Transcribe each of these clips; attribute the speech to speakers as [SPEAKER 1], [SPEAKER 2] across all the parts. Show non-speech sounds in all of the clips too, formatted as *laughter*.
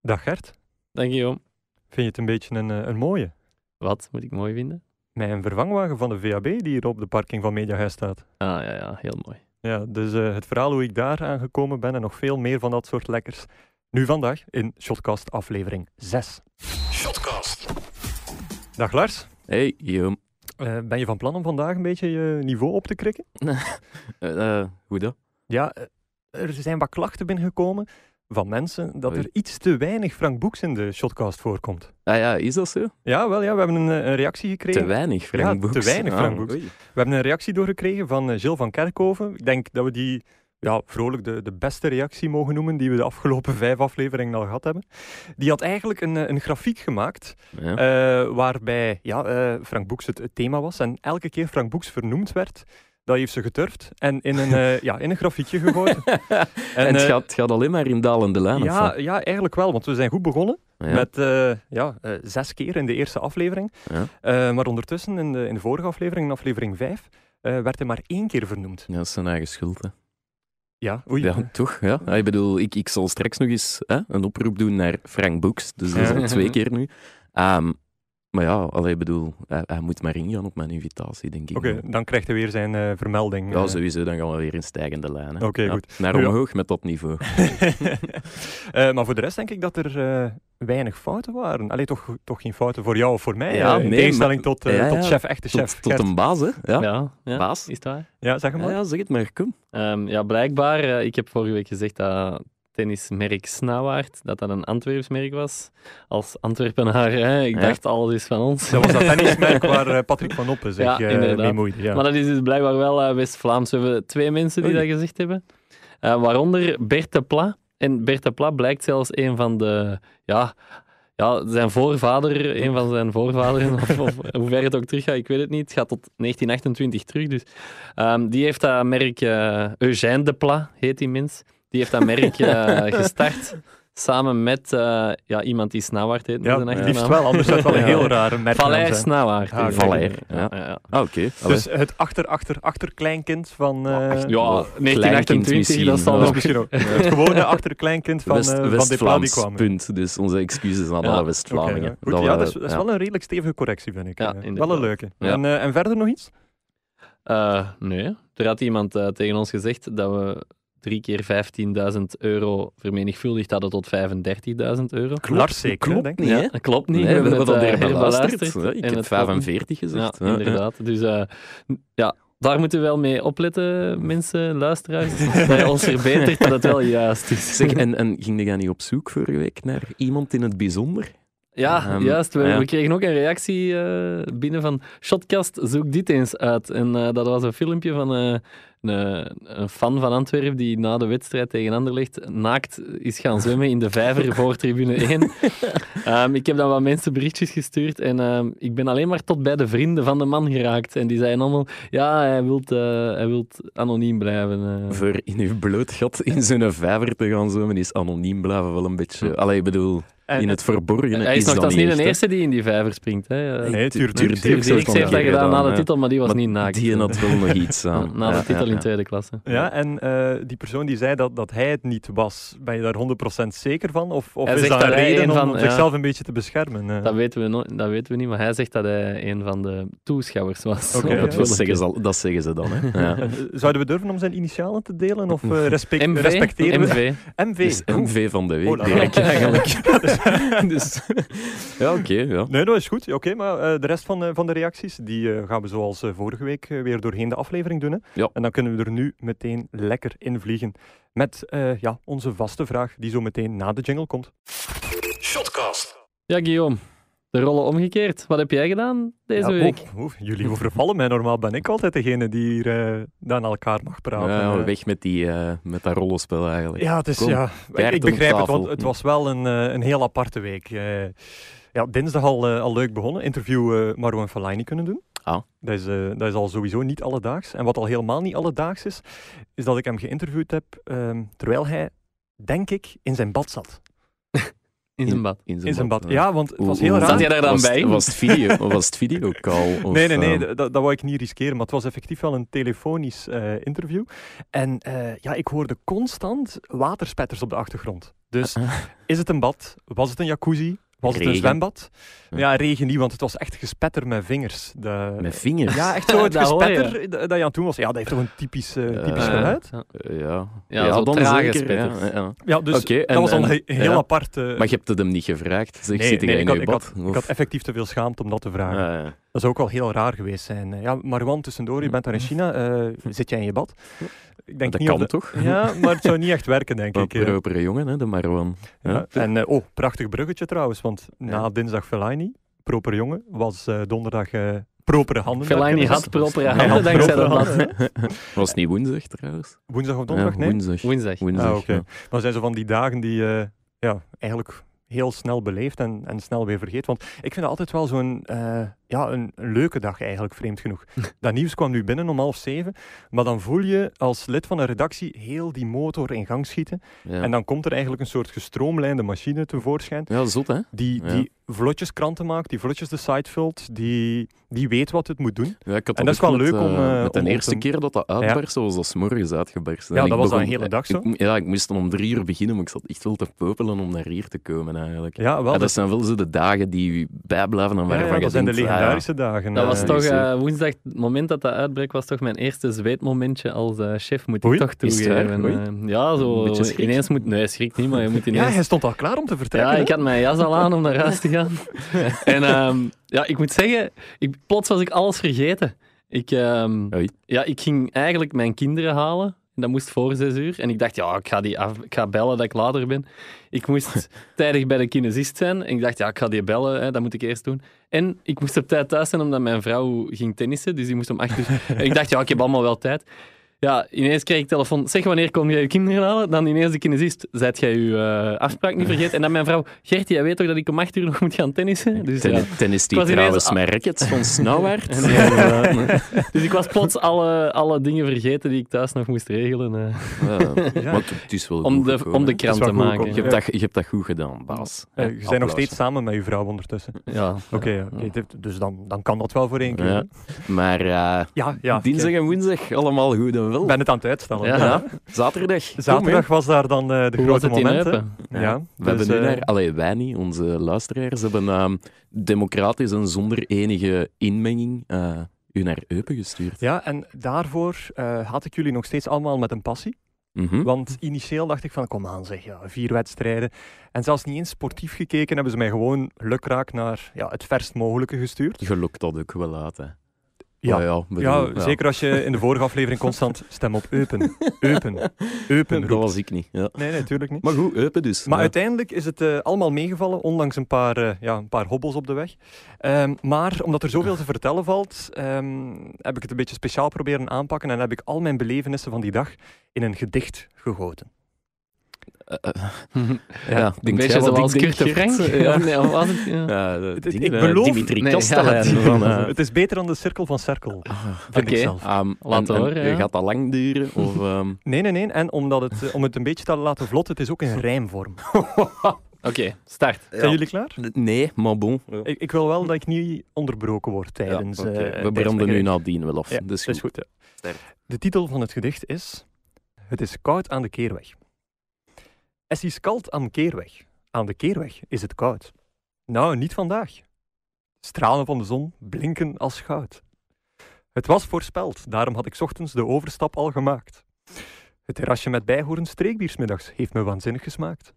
[SPEAKER 1] Dag Gert.
[SPEAKER 2] Dank je, Jom.
[SPEAKER 1] Vind je het een beetje een, eh, een mooie?
[SPEAKER 2] Wat moet ik mooi vinden?
[SPEAKER 1] Mijn vervangwagen van de VAB die hier op de parking van Mediahuis staat.
[SPEAKER 2] Ah ja, ja heel mooi.
[SPEAKER 1] Ja, dus eh, het verhaal hoe ik daar aangekomen ben en nog veel meer van dat soort lekkers. Nu vandaag in Shotcast aflevering 6.
[SPEAKER 3] Shotcast.
[SPEAKER 1] Dag Lars.
[SPEAKER 2] Hey, Jom.
[SPEAKER 1] Eh, ben je van plan om vandaag een beetje je niveau op te krikken?
[SPEAKER 2] Eh, eh, hoe dan?
[SPEAKER 1] Ja, eh, er zijn wat klachten binnengekomen van mensen dat
[SPEAKER 2] Oei.
[SPEAKER 1] er iets te weinig Frank Boeks in de Shotcast voorkomt.
[SPEAKER 2] Ah ja, is dat zo?
[SPEAKER 1] Ja, wel ja, we hebben een, eh, een reactie gekregen.
[SPEAKER 2] Te weinig Frank
[SPEAKER 1] Ja, te
[SPEAKER 2] Boeks.
[SPEAKER 1] weinig
[SPEAKER 2] Ah,
[SPEAKER 1] Frank Boeks.
[SPEAKER 2] oei.
[SPEAKER 1] We hebben een reactie doorgekregen van eh, Jill van Kerkhoven. Ik denk dat we die ja, vrolijk de, de beste reactie mogen noemen die we de afgelopen *laughs* vijf afleveringen al gehad hebben. Die had eigenlijk een, eh, een grafiek gemaakt
[SPEAKER 2] Ja.
[SPEAKER 1] eh, waarbij ja, eh, Frank Boeks het, het thema was. En elke keer Frank Boeks vernoemd werd, dat heeft ze geturfd en in een,
[SPEAKER 2] *laughs*
[SPEAKER 1] eh, ja, in een grafiekje gegooid.
[SPEAKER 2] en het,
[SPEAKER 1] eh,
[SPEAKER 2] gaat, het gaat alleen maar in dalende lijn. of
[SPEAKER 1] ja, ja, eigenlijk wel, want we zijn goed begonnen.
[SPEAKER 2] wat? Ja.
[SPEAKER 1] Met eh, ja, eh, zes keer in de eerste aflevering.
[SPEAKER 2] Ja.
[SPEAKER 1] Eh, maar ondertussen, in de, in de vorige aflevering, in aflevering vijf, eh, werd hij maar één keer vernoemd.
[SPEAKER 2] Ja, dat is zijn eigen schuld. Hè.
[SPEAKER 1] Ja, oei.
[SPEAKER 2] Ja, toch? Ja. Ah, Ik bedoel, ik, ik zal straks nog eens hè, een oproep doen naar Frank Boeks. Dus dat is
[SPEAKER 1] Ja.
[SPEAKER 2] al twee keer nu. Ehm, maar ja, allee, ik bedoel, hij, hij moet maar ingaan op mijn invitatie, denk ik.
[SPEAKER 1] Oké, dan krijgt hij weer zijn eh, vermelding.
[SPEAKER 2] Ja,
[SPEAKER 1] eh.
[SPEAKER 2] sowieso. Dan gaan we weer in stijgende lijnen.
[SPEAKER 1] Oké, goed.
[SPEAKER 2] Naar
[SPEAKER 1] Nu ja.
[SPEAKER 2] omhoog met dat
[SPEAKER 1] *laughs*
[SPEAKER 2] niveau.
[SPEAKER 1] *laughs* Eh, maar voor de rest denk ik dat er eh, weinig fouten waren. Allee, toch, toch geen fouten voor jou of voor mij.
[SPEAKER 2] Ja,
[SPEAKER 1] eh, in
[SPEAKER 2] nee,
[SPEAKER 1] tegenstelling tot, eh,
[SPEAKER 2] Ja,
[SPEAKER 1] tot
[SPEAKER 2] ja.
[SPEAKER 1] chef, echte
[SPEAKER 2] Tot,
[SPEAKER 1] chef.
[SPEAKER 2] tot
[SPEAKER 1] Gert.
[SPEAKER 2] een baas, hè? Ja.
[SPEAKER 4] Ja, ja.
[SPEAKER 2] Baas?
[SPEAKER 4] Is het waar?
[SPEAKER 1] Ja, zeg
[SPEAKER 2] Ja,
[SPEAKER 1] maar.
[SPEAKER 2] ja, zeg het maar, kom.
[SPEAKER 4] Ehm, ja, blijkbaar. eh, ik heb vorige week gezegd dat tennismerk Snauwaard, dat dat een Antwerps merk was. Als Antwerpenaar, hè, ik
[SPEAKER 2] Ja.
[SPEAKER 4] dacht alles is van ons.
[SPEAKER 1] Dat was
[SPEAKER 2] *laughs*
[SPEAKER 1] dat tennismerk waar eh, Patrick van Oppen zich eh,
[SPEAKER 4] Ja,
[SPEAKER 1] mee
[SPEAKER 4] inderdaad.
[SPEAKER 1] moeide. Ja.
[SPEAKER 4] Maar dat is dus blijkbaar wel eh, West-Vlaams. We hebben twee mensen die
[SPEAKER 1] Oei.
[SPEAKER 4] dat gezegd hebben. Eh, waaronder Bert de Pla. En Bert de Pla blijkt zelfs een van de... Ja, ja, zijn voorvader, een van zijn voorvaderen, *laughs* of, of hoe ver het ook terug gaat, ik weet het niet. Het gaat tot 1928 terug, dus. Ehm, die heeft dat merk... eh Eugène de Pla heet die mens. Die heeft dat
[SPEAKER 1] *laughs*
[SPEAKER 4] merk eh, gestart. Samen met eh, ja, iemand die Snauwaard heet. met
[SPEAKER 1] Ja,
[SPEAKER 4] zijn
[SPEAKER 1] liefst
[SPEAKER 4] achternaam.
[SPEAKER 1] wel, anders zou het wel een
[SPEAKER 4] Ja.
[SPEAKER 1] heel rare merk
[SPEAKER 4] Valère
[SPEAKER 1] zijn.
[SPEAKER 4] Snauwaard.
[SPEAKER 1] Ah, oké.
[SPEAKER 2] Valère, ja.
[SPEAKER 4] ja.
[SPEAKER 2] Ah, oké. Allee.
[SPEAKER 1] Dus het achter, achter, achterkleinkind van... eh,
[SPEAKER 4] Ja,
[SPEAKER 2] Klein kind
[SPEAKER 4] 1928, dat
[SPEAKER 2] misschien,
[SPEAKER 4] zal
[SPEAKER 1] dat is
[SPEAKER 4] nog...
[SPEAKER 2] *laughs*
[SPEAKER 1] misschien ook. Het gewone achterkleinkind van,
[SPEAKER 2] West,
[SPEAKER 1] eh, van de plaat die
[SPEAKER 2] West-Vlaams,
[SPEAKER 1] kwam.
[SPEAKER 2] punt. Dus onze excuses aan
[SPEAKER 4] Ja,
[SPEAKER 2] alle
[SPEAKER 1] Oké, ja.
[SPEAKER 2] West-Vlamingen.
[SPEAKER 1] Goed, ja,
[SPEAKER 2] we-
[SPEAKER 1] dat is, dat is
[SPEAKER 2] ja.
[SPEAKER 1] wel een redelijk stevige correctie, vind ik.
[SPEAKER 4] Ja,
[SPEAKER 1] Eh, wel
[SPEAKER 4] inderdaad.
[SPEAKER 1] een leuke.
[SPEAKER 2] Ja.
[SPEAKER 1] En, eh, en verder nog iets?
[SPEAKER 4] *laughs* Eh, nee. Er had iemand eh, tegen ons gezegd dat we drie keer 15.000 euro vermenigvuldigd hadden tot 35.000 euro.
[SPEAKER 1] Lars zeker,
[SPEAKER 2] klopt
[SPEAKER 1] denk ik.
[SPEAKER 2] niet, hè?
[SPEAKER 4] Ja, dat klopt niet.
[SPEAKER 2] Nee, we hebben dat
[SPEAKER 4] het,
[SPEAKER 2] al
[SPEAKER 4] eh,
[SPEAKER 2] eerder beluisterd.
[SPEAKER 4] herbeluisterd
[SPEAKER 2] Ja,
[SPEAKER 4] en
[SPEAKER 2] Ik heb
[SPEAKER 4] het klopt niet.
[SPEAKER 2] 45 gezegd.
[SPEAKER 4] Ja,
[SPEAKER 2] Ja, *laughs*
[SPEAKER 4] inderdaad. Dus eh, n- ja, daar moeten we wel mee opletten, mensen, luisteraars. dus Dat je ons verbetert dat het wel juist is.
[SPEAKER 2] Zeg, en, en ging je dan niet op zoek vorige week naar iemand in het bijzonder?
[SPEAKER 4] Ja,
[SPEAKER 2] Ehm,
[SPEAKER 4] juist. We,
[SPEAKER 2] ja.
[SPEAKER 4] we kregen ook een reactie eh, binnen van Shotcast, zoek dit eens uit. En eh, dat was een filmpje van eh, een, een fan van Antwerpen die na de wedstrijd tegen Anderlecht naakt is gaan zwemmen in de vijver voor tribune 1.
[SPEAKER 2] *laughs*
[SPEAKER 4] Ehm, ik heb dan wat mensen berichtjes gestuurd en ehm, ik ben alleen maar tot bij de vrienden van de man geraakt. En die zeiden allemaal, ja, hij wil hij wilt anoniem blijven. eh.
[SPEAKER 2] Voor in uw bloot gat in zo'n vijver te gaan zwemmen is anoniem blijven wel een beetje... Allee, ik bedoel,
[SPEAKER 1] En-
[SPEAKER 2] in het verborgen
[SPEAKER 4] Hij is
[SPEAKER 2] dat
[SPEAKER 4] nogthans niet
[SPEAKER 2] echt,
[SPEAKER 4] de
[SPEAKER 2] hè.
[SPEAKER 4] eerste die in die vijver springt. Hè. Eh,
[SPEAKER 1] Nee, Tuur
[SPEAKER 2] Tuur
[SPEAKER 1] Dirks heeft
[SPEAKER 2] Dirks
[SPEAKER 4] Dirk
[SPEAKER 2] heeft
[SPEAKER 1] zo'n
[SPEAKER 4] heeft dat
[SPEAKER 2] keer
[SPEAKER 4] gedaan na
[SPEAKER 2] gedaan,
[SPEAKER 4] de
[SPEAKER 2] ja.
[SPEAKER 4] titel, maar die was
[SPEAKER 2] Maar
[SPEAKER 4] niet naakt.
[SPEAKER 2] Die had wel nog iets *laughs*
[SPEAKER 4] Na-
[SPEAKER 2] aan.
[SPEAKER 4] Na de
[SPEAKER 2] Ja,
[SPEAKER 4] titel
[SPEAKER 2] ja,
[SPEAKER 4] in
[SPEAKER 2] ja.
[SPEAKER 4] tweede klasse.
[SPEAKER 1] Ja, en eh, die persoon die zei dat, dat hij het niet was, ben je daar 100% zeker van? Of, of
[SPEAKER 4] Hij
[SPEAKER 1] is
[SPEAKER 4] zegt
[SPEAKER 1] dat een
[SPEAKER 4] dat hij
[SPEAKER 1] reden
[SPEAKER 4] een
[SPEAKER 1] om,
[SPEAKER 4] van-
[SPEAKER 1] om
[SPEAKER 4] ja.
[SPEAKER 1] zichzelf een beetje te beschermen? eh?
[SPEAKER 4] Dat weten, we nooit- dat weten we niet, maar hij zegt dat hij een van de toeschouwers was.
[SPEAKER 1] Oké,
[SPEAKER 4] *laughs* op
[SPEAKER 1] ja.
[SPEAKER 4] het
[SPEAKER 2] Dat
[SPEAKER 4] filmpje.
[SPEAKER 2] zeggen, ze al- dat zeggen ze dan, hè. *laughs* Ja.
[SPEAKER 1] Eh, Zouden we durven om zijn initialen te delen?
[SPEAKER 4] *laughs*
[SPEAKER 1] Of eh, respect,
[SPEAKER 4] MV,
[SPEAKER 1] respecteren we?
[SPEAKER 4] MV.
[SPEAKER 1] MV.
[SPEAKER 2] Dus
[SPEAKER 1] Oeh.
[SPEAKER 2] MV van de week,
[SPEAKER 1] Oh, la, la.
[SPEAKER 2] *laughs* direct eigenlijk. dus, ja, oké, ja.
[SPEAKER 1] Nee, dat is goed. Oké, maar eh, de rest van, eh, van de reacties die eh, gaan we zoals eh, vorige week eh, weer doorheen de aflevering doen. hè.
[SPEAKER 2] Ja.
[SPEAKER 1] En dan kunnen we er nu meteen lekker in vliegen met eh, ja, onze vaste vraag die zo meteen na de jingle komt.
[SPEAKER 3] Shotcast.
[SPEAKER 4] Ja, Guillaume, de rollen omgekeerd. Wat heb jij gedaan deze
[SPEAKER 1] Ja,
[SPEAKER 4] week?
[SPEAKER 1] oef, oef, jullie overvallen mij. Normaal ben ik altijd degene die hier eh, dan aan elkaar mag praten.
[SPEAKER 2] Ja,
[SPEAKER 1] Eh,
[SPEAKER 2] weg met, die, eh, met dat rollenspel eigenlijk.
[SPEAKER 1] Ja, het is,
[SPEAKER 2] Kom,
[SPEAKER 1] ja ik,
[SPEAKER 2] kaarten
[SPEAKER 1] ik
[SPEAKER 2] op
[SPEAKER 1] begrijp het,
[SPEAKER 2] tafel.
[SPEAKER 1] want het was wel een, eh, een heel aparte week. Eh, ja, dinsdag al, eh, al leuk begonnen. Interview eh, Marwan Fellaini kunnen doen.
[SPEAKER 2] Ah.
[SPEAKER 1] Dat, is, eh, dat is al sowieso niet alledaags. En wat al helemaal niet alledaags is, is dat ik hem geïnterviewd heb ehm, terwijl hij, denk ik, in zijn bad zat.
[SPEAKER 4] in zijn bad.
[SPEAKER 1] in zijn bad. Ja, want het
[SPEAKER 2] Hoe-
[SPEAKER 1] was heel
[SPEAKER 2] hoe-
[SPEAKER 1] raar.
[SPEAKER 4] Zat jij daar dan
[SPEAKER 2] was, het-
[SPEAKER 4] bij?
[SPEAKER 2] Was het video, was het videocall?
[SPEAKER 1] *laughs*
[SPEAKER 2] Of,
[SPEAKER 1] nee, nee, nee,
[SPEAKER 2] ehm,
[SPEAKER 1] dat, dat wou ik niet riskeren, maar het was effectief wel een telefonisch eh, interview. En eh, ja, ik hoorde constant waterspetters op de achtergrond. Dus is het een bad? Was het een jacuzzi? Was het
[SPEAKER 2] Regen.
[SPEAKER 1] een zwembad?
[SPEAKER 2] Ja.
[SPEAKER 1] Ja, regen niet, want het was echt gespetter met vingers. De,
[SPEAKER 2] *laughs* Met vingers?
[SPEAKER 1] ja, echt zo
[SPEAKER 2] *laughs*
[SPEAKER 1] het
[SPEAKER 4] Dat hoor je.
[SPEAKER 1] gespetter d- dat je aan het doen was. Ja, dat heeft toch een typisch, eh,
[SPEAKER 2] Eh,
[SPEAKER 1] typisch
[SPEAKER 2] Ja.
[SPEAKER 1] geluid?
[SPEAKER 4] Ja.
[SPEAKER 2] Eh, ja.
[SPEAKER 4] Ja, zo trage spetters.
[SPEAKER 2] ja, ja.
[SPEAKER 1] Ja, dus
[SPEAKER 2] Oké, en-
[SPEAKER 1] dat was dan
[SPEAKER 2] en-
[SPEAKER 1] he- heel
[SPEAKER 2] ja.
[SPEAKER 1] apart. eh,
[SPEAKER 2] Maar je hebt het hem niet gevraagd. Zeg,
[SPEAKER 1] Nee,
[SPEAKER 2] zit
[SPEAKER 1] nee,
[SPEAKER 2] jij
[SPEAKER 1] ik
[SPEAKER 2] in
[SPEAKER 1] had-
[SPEAKER 2] je
[SPEAKER 1] ik
[SPEAKER 2] bad?
[SPEAKER 1] ik had effectief te veel schaamte om dat te vragen. Dat zou ook wel heel raar geweest zijn. Eh, Ja, Marwan, tussendoor, je bent daar in China. eh, zit jij in je bad? Ik denk
[SPEAKER 2] Hm. dat
[SPEAKER 1] niet
[SPEAKER 2] kan
[SPEAKER 1] of
[SPEAKER 2] toch?
[SPEAKER 1] Ja, maar het zou niet echt werken,
[SPEAKER 2] *laughs*
[SPEAKER 1] denk
[SPEAKER 2] Een
[SPEAKER 1] ik. eh.
[SPEAKER 2] propere jongen, hè, de Marwan.
[SPEAKER 1] Ja.
[SPEAKER 2] Ja.
[SPEAKER 1] En eh, oh, prachtig bruggetje trouwens, want na
[SPEAKER 2] Ja.
[SPEAKER 1] dinsdag Fellaini, proper jongen, was eh, donderdag eh propere handen.
[SPEAKER 4] Fellaini
[SPEAKER 1] heb ik
[SPEAKER 4] had
[SPEAKER 1] gezien.
[SPEAKER 4] propere
[SPEAKER 1] Ja,
[SPEAKER 4] handen dankzij
[SPEAKER 1] propere
[SPEAKER 4] dat blad.
[SPEAKER 1] handen, hè.
[SPEAKER 2] Was het niet woensdag trouwens?
[SPEAKER 1] Woensdag of donderdag?
[SPEAKER 2] Ja,
[SPEAKER 1] nee.
[SPEAKER 2] woensdag.
[SPEAKER 4] Woensdag.
[SPEAKER 2] Woensdag,
[SPEAKER 1] Ah, oké.
[SPEAKER 2] ja.
[SPEAKER 1] Maar zijn zo van die dagen die eh, ja, eigenlijk heel snel beleefd en, en snel weer vergeet. Want ik vind dat altijd wel zo'n eh, ja, een, een leuke dag eigenlijk, vreemd genoeg.
[SPEAKER 2] Hm.
[SPEAKER 1] Dat nieuws kwam nu binnen om half zeven, maar dan voel je als lid van een redactie heel die motor in gang schieten.
[SPEAKER 2] Ja.
[SPEAKER 1] En dan komt er eigenlijk een soort gestroomlijnde machine tevoorschijn
[SPEAKER 2] ja, zot hè?
[SPEAKER 1] die,
[SPEAKER 2] Ja.
[SPEAKER 1] die vlotjes kranten maakt, die vlotjes de site vult, die, die weet wat het moet doen.
[SPEAKER 2] Ja, ik had
[SPEAKER 1] En dat
[SPEAKER 2] ook
[SPEAKER 1] is wel
[SPEAKER 2] met,
[SPEAKER 1] leuk
[SPEAKER 2] eh,
[SPEAKER 1] om, eh,
[SPEAKER 2] met de
[SPEAKER 1] om op
[SPEAKER 2] eerste
[SPEAKER 1] een-
[SPEAKER 2] keer dat dat uitbarstte, was dat 's morgens uitgebarsten.
[SPEAKER 1] Ja,
[SPEAKER 2] En ik
[SPEAKER 1] dat was dan
[SPEAKER 2] begon-
[SPEAKER 1] een hele dag zo.
[SPEAKER 2] Ik, ja, ik moest dan om drie uur beginnen, maar ik zat echt wel te popelen om naar hier te komen eigenlijk.
[SPEAKER 1] Ja, wel.
[SPEAKER 2] Ja,
[SPEAKER 1] dat-
[SPEAKER 2] dat zijn wel zo de dagen die bijblijven en
[SPEAKER 1] ja, ja,
[SPEAKER 2] waarvan je
[SPEAKER 1] dat zijn de
[SPEAKER 2] denkt, ah, ja.
[SPEAKER 1] legendarische dagen.
[SPEAKER 4] Dat
[SPEAKER 1] eh.
[SPEAKER 4] was
[SPEAKER 2] Eh,
[SPEAKER 4] toch
[SPEAKER 2] dus, eh,
[SPEAKER 4] eh, woensdag, het moment dat dat uitbreek was toch mijn eerste zweetmomentje als eh, chef, moet ik
[SPEAKER 1] Oei,
[SPEAKER 4] toch
[SPEAKER 2] is het waar?
[SPEAKER 4] toegeven.
[SPEAKER 2] Oei.
[SPEAKER 4] Eh, ja, zo
[SPEAKER 2] Een beetje schrik.
[SPEAKER 4] ineens moet... Nee, schrik niet, maar je
[SPEAKER 1] *laughs*
[SPEAKER 4] moet
[SPEAKER 1] Ja,
[SPEAKER 4] ineens...
[SPEAKER 1] hij stond al klaar om te vertrekken.
[SPEAKER 4] Ja,
[SPEAKER 1] hè?
[SPEAKER 4] ik had mijn jas al aan om naar huis te gaan.
[SPEAKER 1] *laughs*
[SPEAKER 4] en ehm, ja, ik moet zeggen, ik, plots was ik alles vergeten. Ik, ehm,
[SPEAKER 2] Oei.
[SPEAKER 4] ja, ik ging eigenlijk mijn kinderen halen. Dat moest voor zes uur. En ik dacht, ja, ik ga, die af- ik ga bellen dat ik later ben. Ik moest tijdig bij de kinesist zijn. En ik dacht, ja, ik ga die bellen, hè, dat moet ik eerst doen. En ik moest op tijd thuis zijn, omdat mijn vrouw ging tennissen. Dus die moest om acht uur... en ik dacht, ja, ik heb allemaal wel tijd. Ja, ineens kreeg ik telefoon. Zeg, wanneer kom jij je kinderen halen? Dan ineens de kinesist. Zet jij je eh, afspraak niet vergeten? En dan mijn vrouw. Gert, jij weet toch dat ik om acht uur nog moet gaan tennissen? Dus, ja.
[SPEAKER 2] Ten- Tennis die
[SPEAKER 4] Ik was ineens
[SPEAKER 2] trouwens
[SPEAKER 4] a-
[SPEAKER 2] met rackets
[SPEAKER 4] *laughs*
[SPEAKER 2] van Snauwaard.
[SPEAKER 4] dus ik was plots alle, alle dingen vergeten die ik thuis nog moest regelen. eh,
[SPEAKER 2] Ja, maar het- het is wel
[SPEAKER 4] om,
[SPEAKER 2] goed
[SPEAKER 4] de,
[SPEAKER 2] gekomen,
[SPEAKER 4] om de
[SPEAKER 2] hè.
[SPEAKER 4] krant
[SPEAKER 1] wel
[SPEAKER 4] te
[SPEAKER 1] goed
[SPEAKER 4] maken.
[SPEAKER 1] gekomen.
[SPEAKER 2] Je hebt, dat, je hebt dat goed gedaan, baas.
[SPEAKER 1] Eh, je bent nog
[SPEAKER 2] Applaus.
[SPEAKER 1] steeds samen met je vrouw ondertussen.
[SPEAKER 4] Ja.
[SPEAKER 1] Oké, ja, oké, dit- dus dan, dan kan dat wel voor één keer.
[SPEAKER 2] Ja.
[SPEAKER 1] hè?
[SPEAKER 2] Maar eh,
[SPEAKER 1] Ja, ja.
[SPEAKER 2] dinsdag
[SPEAKER 1] oké.
[SPEAKER 2] en woensdag allemaal goed en wel.
[SPEAKER 1] Ik ben het aan het uitstellen.
[SPEAKER 4] Ja.
[SPEAKER 1] Ja.
[SPEAKER 2] Zaterdag. kom,
[SPEAKER 1] Zaterdag was daar dan eh, de
[SPEAKER 4] Hoe was
[SPEAKER 1] grote
[SPEAKER 4] het in
[SPEAKER 1] momenten.
[SPEAKER 4] Eupen?
[SPEAKER 1] Ja.
[SPEAKER 2] We
[SPEAKER 1] dus,
[SPEAKER 2] hebben nu
[SPEAKER 1] eh,
[SPEAKER 2] naar, allee, wij niet, onze luisteraars hebben ehm, democratisch en zonder enige inmenging eh, u naar Eupen gestuurd.
[SPEAKER 1] Ja, en daarvoor eh, had ik jullie nog steeds allemaal met een passie.
[SPEAKER 2] Mhm.
[SPEAKER 1] Want initieel dacht ik van, kom aan zeg, ja, vier wedstrijden. En zelfs niet eens sportief gekeken, hebben ze mij gewoon lukraak naar ja, het verst mogelijke gestuurd.
[SPEAKER 2] Je lokt dat ook wel uit, hè.
[SPEAKER 1] Ja.
[SPEAKER 2] Oh bedoel,
[SPEAKER 1] ja, zeker als je in de vorige aflevering constant stem op Eupen, Eupen, Eupen
[SPEAKER 2] Dat
[SPEAKER 1] roept.
[SPEAKER 2] was ik niet. Ja.
[SPEAKER 1] Nee, natuurlijk niet.
[SPEAKER 2] Maar goed, Eupen dus.
[SPEAKER 1] Maar
[SPEAKER 2] Ja.
[SPEAKER 1] uiteindelijk is het eh, allemaal meegevallen, ondanks een paar, eh, ja, een paar hobbels op de weg. Ehm, maar omdat er zoveel te vertellen valt, ehm, heb ik het een beetje speciaal proberen aanpakken en heb ik al mijn belevenissen van die dag in een gedicht gegoten.
[SPEAKER 2] Eh, eh,
[SPEAKER 4] Ja,
[SPEAKER 2] ja,
[SPEAKER 4] een
[SPEAKER 2] denk
[SPEAKER 4] beetje
[SPEAKER 2] jij wat
[SPEAKER 4] zoals
[SPEAKER 2] ik denk,
[SPEAKER 4] Kurt de
[SPEAKER 2] Gert?
[SPEAKER 4] Frank.
[SPEAKER 2] Ja.
[SPEAKER 4] *laughs* Ja. Nee, of was het? Ja.
[SPEAKER 2] Ja, de
[SPEAKER 1] Het- het-
[SPEAKER 2] dingen,
[SPEAKER 1] ik
[SPEAKER 2] hè.
[SPEAKER 1] beloof-
[SPEAKER 2] Dimitri
[SPEAKER 4] Nee,
[SPEAKER 1] *laughs*
[SPEAKER 4] ja,
[SPEAKER 2] Kastelein.
[SPEAKER 4] die-
[SPEAKER 2] van, eh,
[SPEAKER 1] Het is beter dan de cirkel van cirkel, vind ik
[SPEAKER 4] Oké.
[SPEAKER 1] zelf.
[SPEAKER 2] ehm, en-
[SPEAKER 4] Laten
[SPEAKER 2] en
[SPEAKER 4] horen, ja.
[SPEAKER 2] Gaat dat lang
[SPEAKER 1] *laughs*
[SPEAKER 2] duren? Of, ehm,
[SPEAKER 1] Nee, nee, nee. En omdat het, eh, om het een beetje te laten vlotten, het is ook *laughs* in rijmvorm.
[SPEAKER 4] Oké, start.
[SPEAKER 1] Zijn jullie klaar?
[SPEAKER 2] nee, maar bon.
[SPEAKER 1] Ik, ik wil wel dat ik niet onderbroken word
[SPEAKER 2] Ja,
[SPEAKER 1] tijdens...
[SPEAKER 2] oké.
[SPEAKER 1] eh,
[SPEAKER 2] We
[SPEAKER 1] tijdens
[SPEAKER 2] branden
[SPEAKER 1] mijn
[SPEAKER 2] nu
[SPEAKER 1] gedicht.
[SPEAKER 2] nadien wel af.
[SPEAKER 1] Ja, dat
[SPEAKER 2] dus goed.
[SPEAKER 1] is goed. ja.
[SPEAKER 2] Sterk.
[SPEAKER 1] De titel van het gedicht is Het is koud aan de keerweg. Es is koud aan de keerweg. Aan de keerweg is het koud. Nou, niet vandaag. Stralen van de zon blinken als goud. Het was voorspeld, daarom had ik 's ochtends de overstap al gemaakt. Het terrasje met bijhoren streekbiersmiddags heeft me waanzinnig gesmaakt.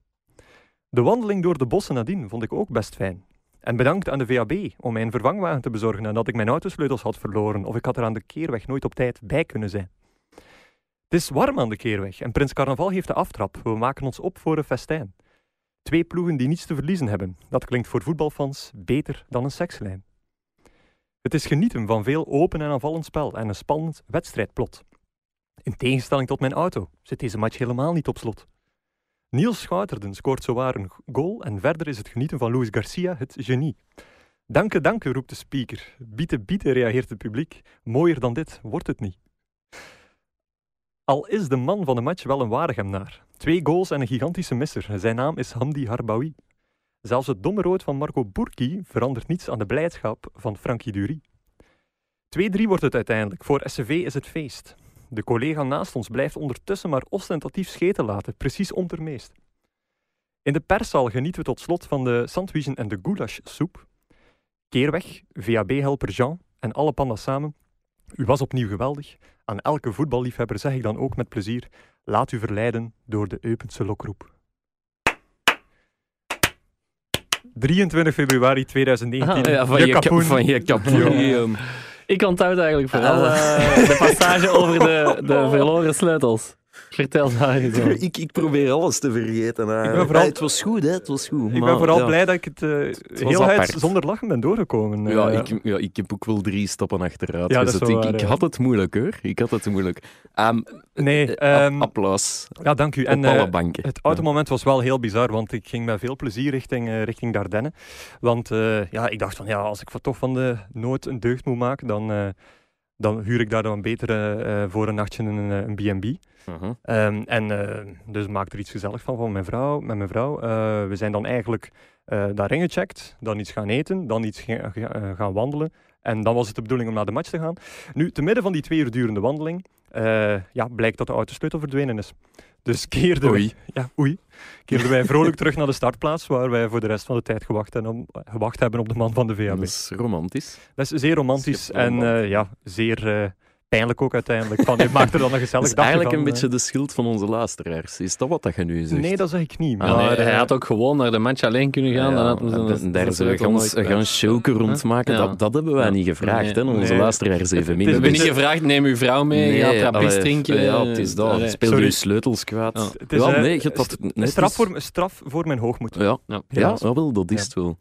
[SPEAKER 1] De wandeling door de bossen nadien vond ik ook best fijn. En bedankt aan de VAB om mijn vervangwagen te bezorgen en dat ik mijn autosleutels had verloren of ik had er aan de keerweg nooit op tijd bij kunnen zijn. Het is warm aan de keerweg en Prins Carnaval heeft de aftrap. We maken ons op voor een festijn. Twee ploegen die niets te verliezen hebben. Dat klinkt voor voetbalfans beter dan een sekslijn. Het is genieten van veel open en aanvallend spel en een spannend wedstrijdplot. In tegenstelling tot mijn auto zit deze match helemaal niet op slot. Niels Schouterden scoort zowaar een goal en verder is het genieten van Luis Garcia het genie. Danke, danke, roept de speaker. Bieten, bieten, reageert het publiek. Mooier dan dit wordt het niet. Al is de man van de match wel een waardig naar. Twee goals en een gigantische misser. Zijn naam is Hamdi Harbaoui. Zelfs het domme rood van Marco Burki verandert niets aan de blijdschap van Frankie Dury. 2-3 wordt het uiteindelijk. Voor SCV is het feest. De collega naast ons blijft ondertussen maar ostentatief scheten laten, precies om ter meest. In de perszaal genieten we tot slot van de sandwichen en de goulashsoep. Keerweg, VAB-helper Jean en alle pandas samen. U was opnieuw geweldig. Aan elke voetballiefhebber zeg ik dan ook met plezier: laat u verleiden door de Eupense lokroep. 23 februari 2019.
[SPEAKER 4] Ah, ja, van, je
[SPEAKER 1] kapoen.
[SPEAKER 4] kap- van je kapoen, *laughs* Guillaume. Ik onthoud eigenlijk vooral
[SPEAKER 2] Ah.
[SPEAKER 4] eh, de passage over de, *laughs* de verloren sleutels. Vertel daar iets over.
[SPEAKER 5] Ik, ik probeer alles te vergeten. eigenlijk.
[SPEAKER 1] ben vooral-
[SPEAKER 5] Ah, het was goed, hè? Het was goed.
[SPEAKER 1] Ik ben
[SPEAKER 5] maar,
[SPEAKER 1] vooral
[SPEAKER 5] ja.
[SPEAKER 1] blij dat ik het eh,
[SPEAKER 2] was
[SPEAKER 1] heelheid
[SPEAKER 2] apart.
[SPEAKER 1] zonder lachen ben doorgekomen. eh.
[SPEAKER 2] Ja, ik, ja, ik heb ook wel drie stappen achteruit
[SPEAKER 1] Ja, dat is
[SPEAKER 2] gezet.
[SPEAKER 1] wel
[SPEAKER 2] ik,
[SPEAKER 1] waar,
[SPEAKER 2] ik
[SPEAKER 1] ja.
[SPEAKER 2] had het moeilijk hoor. Ik had het moeilijk. Ehm,
[SPEAKER 1] Nee,
[SPEAKER 2] eh,
[SPEAKER 1] ehm,
[SPEAKER 2] applaus
[SPEAKER 1] ja, dank u. En
[SPEAKER 2] op alle
[SPEAKER 1] eh,
[SPEAKER 2] banken.
[SPEAKER 1] het automoment was wel heel bizar, want ik ging met veel plezier richting, eh, richting Dardenne. Want eh, ja, ik dacht van, ja, als ik van- toch van de nood een deugd moet maken, dan, eh, dan huur ik daar dan beter eh, eh, voor een nachtje een, eh, een B&B.
[SPEAKER 2] Ja. Mhm.
[SPEAKER 1] Ehm, en eh, dus maak er iets gezellig van, van mijn vrouw, met mijn vrouw. Eh, we zijn dan eigenlijk eh daarin gecheckt, dan iets gaan eten, dan iets ge- ge- eh, gaan wandelen. En dan was het de bedoeling om naar de match te gaan. Nu, te midden van die twee uur durende wandeling, eh, ja, blijkt dat de autosleutel verdwenen is. Dus *laughs* keerden,
[SPEAKER 2] Oei.
[SPEAKER 1] Wij, ja, oei, keerden wij vrolijk terug naar de startplaats, waar wij voor de rest van de tijd gewacht, en om, gewacht hebben op de man van de VHB.
[SPEAKER 2] Dat is romantisch.
[SPEAKER 1] Dat is zeer romantisch en
[SPEAKER 2] Schitterend.
[SPEAKER 1] eh, ja, zeer eh, pijnlijk ook uiteindelijk. Van, je maakt er dan
[SPEAKER 2] *laughs*
[SPEAKER 1] een
[SPEAKER 2] Dat
[SPEAKER 1] gezellig
[SPEAKER 2] is
[SPEAKER 1] dagje
[SPEAKER 2] eigenlijk
[SPEAKER 1] van,
[SPEAKER 2] een
[SPEAKER 1] eh.
[SPEAKER 2] beetje de schild van onze luisteraars. Is dat wat dat je nu zegt?
[SPEAKER 1] Nee, dat zeg ik niet. Maar,
[SPEAKER 4] Ah, nee,
[SPEAKER 1] eh,
[SPEAKER 4] hij had ook gewoon naar de match alleen kunnen gaan. dan had
[SPEAKER 2] Ja,
[SPEAKER 4] hem zijn-
[SPEAKER 2] en
[SPEAKER 4] zijn
[SPEAKER 2] daar zullen we
[SPEAKER 4] sleutel
[SPEAKER 2] gans,
[SPEAKER 4] nooit kwijt.
[SPEAKER 2] gaan shoken rondmaken.
[SPEAKER 4] Ja.
[SPEAKER 2] Dat, dat hebben wij
[SPEAKER 4] Ja.
[SPEAKER 2] niet gevraagd. hè,
[SPEAKER 4] Nee.
[SPEAKER 2] onze
[SPEAKER 1] Nee.
[SPEAKER 2] luisteraars even
[SPEAKER 1] is
[SPEAKER 4] We
[SPEAKER 2] minder.
[SPEAKER 4] hebben
[SPEAKER 1] Dus-
[SPEAKER 4] niet gevraagd, neem uw vrouw mee,
[SPEAKER 2] Nee,
[SPEAKER 4] ga trappist
[SPEAKER 2] allee,
[SPEAKER 4] drinken.
[SPEAKER 2] Ja, het is dat.
[SPEAKER 4] Allee.
[SPEAKER 2] Speel
[SPEAKER 1] Sorry.
[SPEAKER 2] je sleutels kwaad.
[SPEAKER 4] Ja.
[SPEAKER 1] Het is,
[SPEAKER 2] ja,
[SPEAKER 1] eh,
[SPEAKER 2] nee, je hebt dat
[SPEAKER 1] st-
[SPEAKER 2] net
[SPEAKER 1] een
[SPEAKER 2] iets-
[SPEAKER 1] straf, voor, een straf voor mijn hoogmoed.
[SPEAKER 2] Ja,
[SPEAKER 4] Ja.
[SPEAKER 2] ja,
[SPEAKER 4] Ja.
[SPEAKER 2] wel, dat is
[SPEAKER 1] Ja.
[SPEAKER 2] het wel.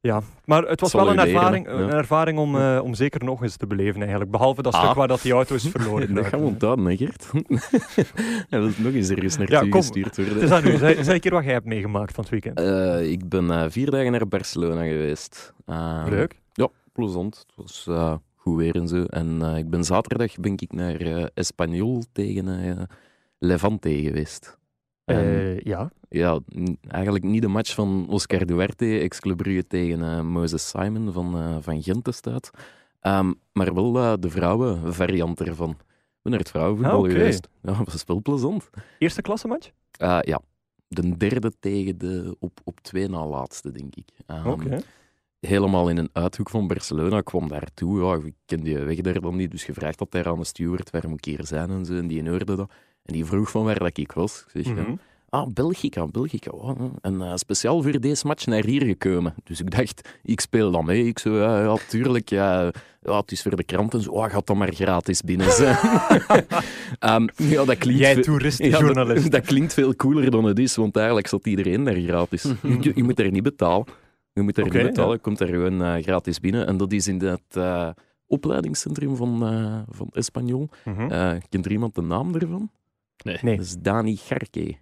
[SPEAKER 2] Ja.
[SPEAKER 1] Maar het was
[SPEAKER 2] Zal
[SPEAKER 1] wel
[SPEAKER 2] u
[SPEAKER 1] een
[SPEAKER 2] leren,
[SPEAKER 1] ervaring,
[SPEAKER 2] hè?
[SPEAKER 1] een
[SPEAKER 2] Ja.
[SPEAKER 1] ervaring om, eh, om zeker nog eens te beleven eigenlijk. Behalve dat
[SPEAKER 2] Ah.
[SPEAKER 1] stuk waar dat die auto
[SPEAKER 2] *laughs*
[SPEAKER 1] is verloren.
[SPEAKER 2] Dat gaan we onthouden, hè, Gert? *laughs* Hij wil nog eens ergens
[SPEAKER 1] Ja,
[SPEAKER 2] naartoe
[SPEAKER 1] kom.
[SPEAKER 2] gestuurd worden.
[SPEAKER 1] Het is aan u. Zeg, zeg een keer wat jij hebt meegemaakt van het weekend.
[SPEAKER 2] Eh, ik ben eh, vier dagen naar Barcelona geweest. Eh,
[SPEAKER 1] Leuk.
[SPEAKER 2] Ja, plezant. Het was eh, goed weer en zo. En eh, ik ben zaterdag ben ik naar eh Espanyol tegen eh, Levante geweest. En,
[SPEAKER 1] Eh, ja.
[SPEAKER 2] ja, n- eigenlijk niet de match van Oscar Duarte, ex-Club Brugge tegen eh, Moses Simon van, eh, van Gent is dat. Ehm, maar wel eh, de vrouwenvariant ervan. Ik ben naar het vrouwenvoetbal
[SPEAKER 1] Ah, oké.
[SPEAKER 2] geweest. Ja, dat was wel plezant.
[SPEAKER 1] Eerste klasse match?
[SPEAKER 2] Eh, ja, de derde tegen de op, op twee na laatste, denk ik. Ehm,
[SPEAKER 1] Oké.
[SPEAKER 2] Helemaal in een uithoek van Barcelona. Ik kwam daartoe. Ja, ik ken die weg daar dan niet. Dus gevraagd dat daar aan de steward waar moet ik hier zijn en zo. En die hoorde dat. En die vroeg van waar dat ik was. Ik zeg, ja,
[SPEAKER 1] Mhm.
[SPEAKER 2] ah, Belgica, Belgica. oh, hm. en eh, speciaal voor deze match naar hier gekomen. Dus ik dacht, ik speel dan mee. Ik zo, ja, ja, tuurlijk. Ja, ja, het is voor de krant en zo. Ah, gaat dan maar gratis binnen zijn. *laughs* Ehm, ja, dat klinkt...
[SPEAKER 1] Jij
[SPEAKER 2] ve-
[SPEAKER 1] toeristisch
[SPEAKER 2] *laughs* ja,
[SPEAKER 1] journalist.
[SPEAKER 2] Dat, dat klinkt veel cooler dan het is, want eigenlijk zat iedereen daar gratis. je, je moet er niet betalen. Je moet er
[SPEAKER 1] Mhm. Oké,
[SPEAKER 2] niet betalen,
[SPEAKER 1] ja.
[SPEAKER 2] je komt daar gewoon eh, gratis binnen. En dat is in dat eh, opleidingscentrum van, eh van Espanyol.
[SPEAKER 1] Mhm.
[SPEAKER 2] Eh, kent er iemand de naam ervan?
[SPEAKER 1] Nee.
[SPEAKER 2] Dat is Dani Gerke.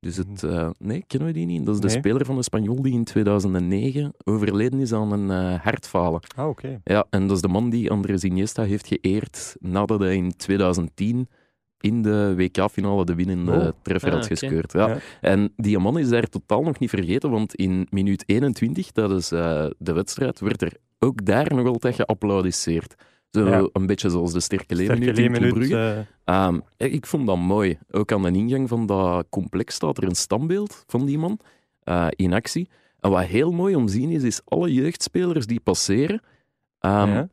[SPEAKER 2] Dus het, eh, nee, kennen we die niet? Dat is de
[SPEAKER 1] Mhm. Nee.
[SPEAKER 2] speler van Espanyol die in 2009 overleden is aan een eh, hartfalen.
[SPEAKER 1] Ah, oké.
[SPEAKER 2] Ja, en dat is de man die Andres Iniesta heeft geëerd nadat hij in 2010 in de WK-finale de winnende
[SPEAKER 1] Oh.
[SPEAKER 2] treffer had
[SPEAKER 4] Ah, oké.
[SPEAKER 2] geskeurd. Ja.
[SPEAKER 1] Ja.
[SPEAKER 2] En die man is daar totaal nog niet vergeten, want in minuut 21, dat is eh, de wedstrijd, werd er ook daar nog altijd geapplaudisseerd. Zo
[SPEAKER 1] Ja.
[SPEAKER 2] een beetje zoals de sterke
[SPEAKER 1] Sterke
[SPEAKER 2] leemminuut in Club
[SPEAKER 1] leemminuut.
[SPEAKER 2] Brugge.
[SPEAKER 1] eh,
[SPEAKER 2] Ehm, ja, ik vond dat mooi. Ook aan de ingang van dat complex staat er een standbeeld van die man eh, in actie. En wat heel mooi om te zien is, is alle jeugdspelers die passeren, ehm,
[SPEAKER 1] ja.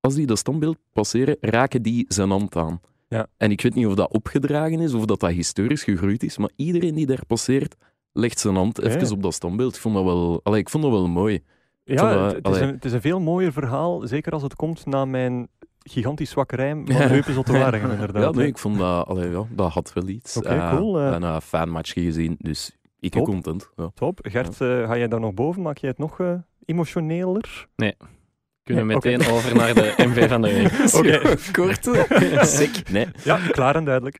[SPEAKER 2] als die dat standbeeld passeren, raken die zijn hand aan.
[SPEAKER 1] Ja.
[SPEAKER 2] En ik weet niet of dat opgedragen is, of dat dat historisch gegroeid is, maar iedereen die daar passeert, legt zijn hand
[SPEAKER 1] Ja,
[SPEAKER 2] even
[SPEAKER 1] ja.
[SPEAKER 2] op dat standbeeld. Ik vond dat wel, allee, ik vond dat wel mooi.
[SPEAKER 1] Ja,
[SPEAKER 2] Toen, eh,
[SPEAKER 1] het, het is
[SPEAKER 2] allee.
[SPEAKER 1] een, het is een veel mooier verhaal, zeker als het komt na mijn gigantisch zwakke rijm van
[SPEAKER 2] *laughs* Ja.
[SPEAKER 1] Heupens tot de Waringen, inderdaad.
[SPEAKER 2] Ja, nee, ik vond dat, allee, ja, dat had wel iets.
[SPEAKER 1] Oké,
[SPEAKER 2] Eh,
[SPEAKER 1] cool, eh.
[SPEAKER 2] en een fijn matchje gezien, dus ik ben
[SPEAKER 1] Top.
[SPEAKER 2] content. Ja.
[SPEAKER 1] Top. Gert, eh, ga jij daar nog boven? Maak jij het nog eh, emotioneler?
[SPEAKER 4] Kunnen we
[SPEAKER 1] Nee, oké.
[SPEAKER 4] meteen over naar de MV *laughs* van de week.
[SPEAKER 1] Oké.
[SPEAKER 2] Kort. *laughs* Sick. Nee.
[SPEAKER 1] Ja, *laughs* klaar en duidelijk.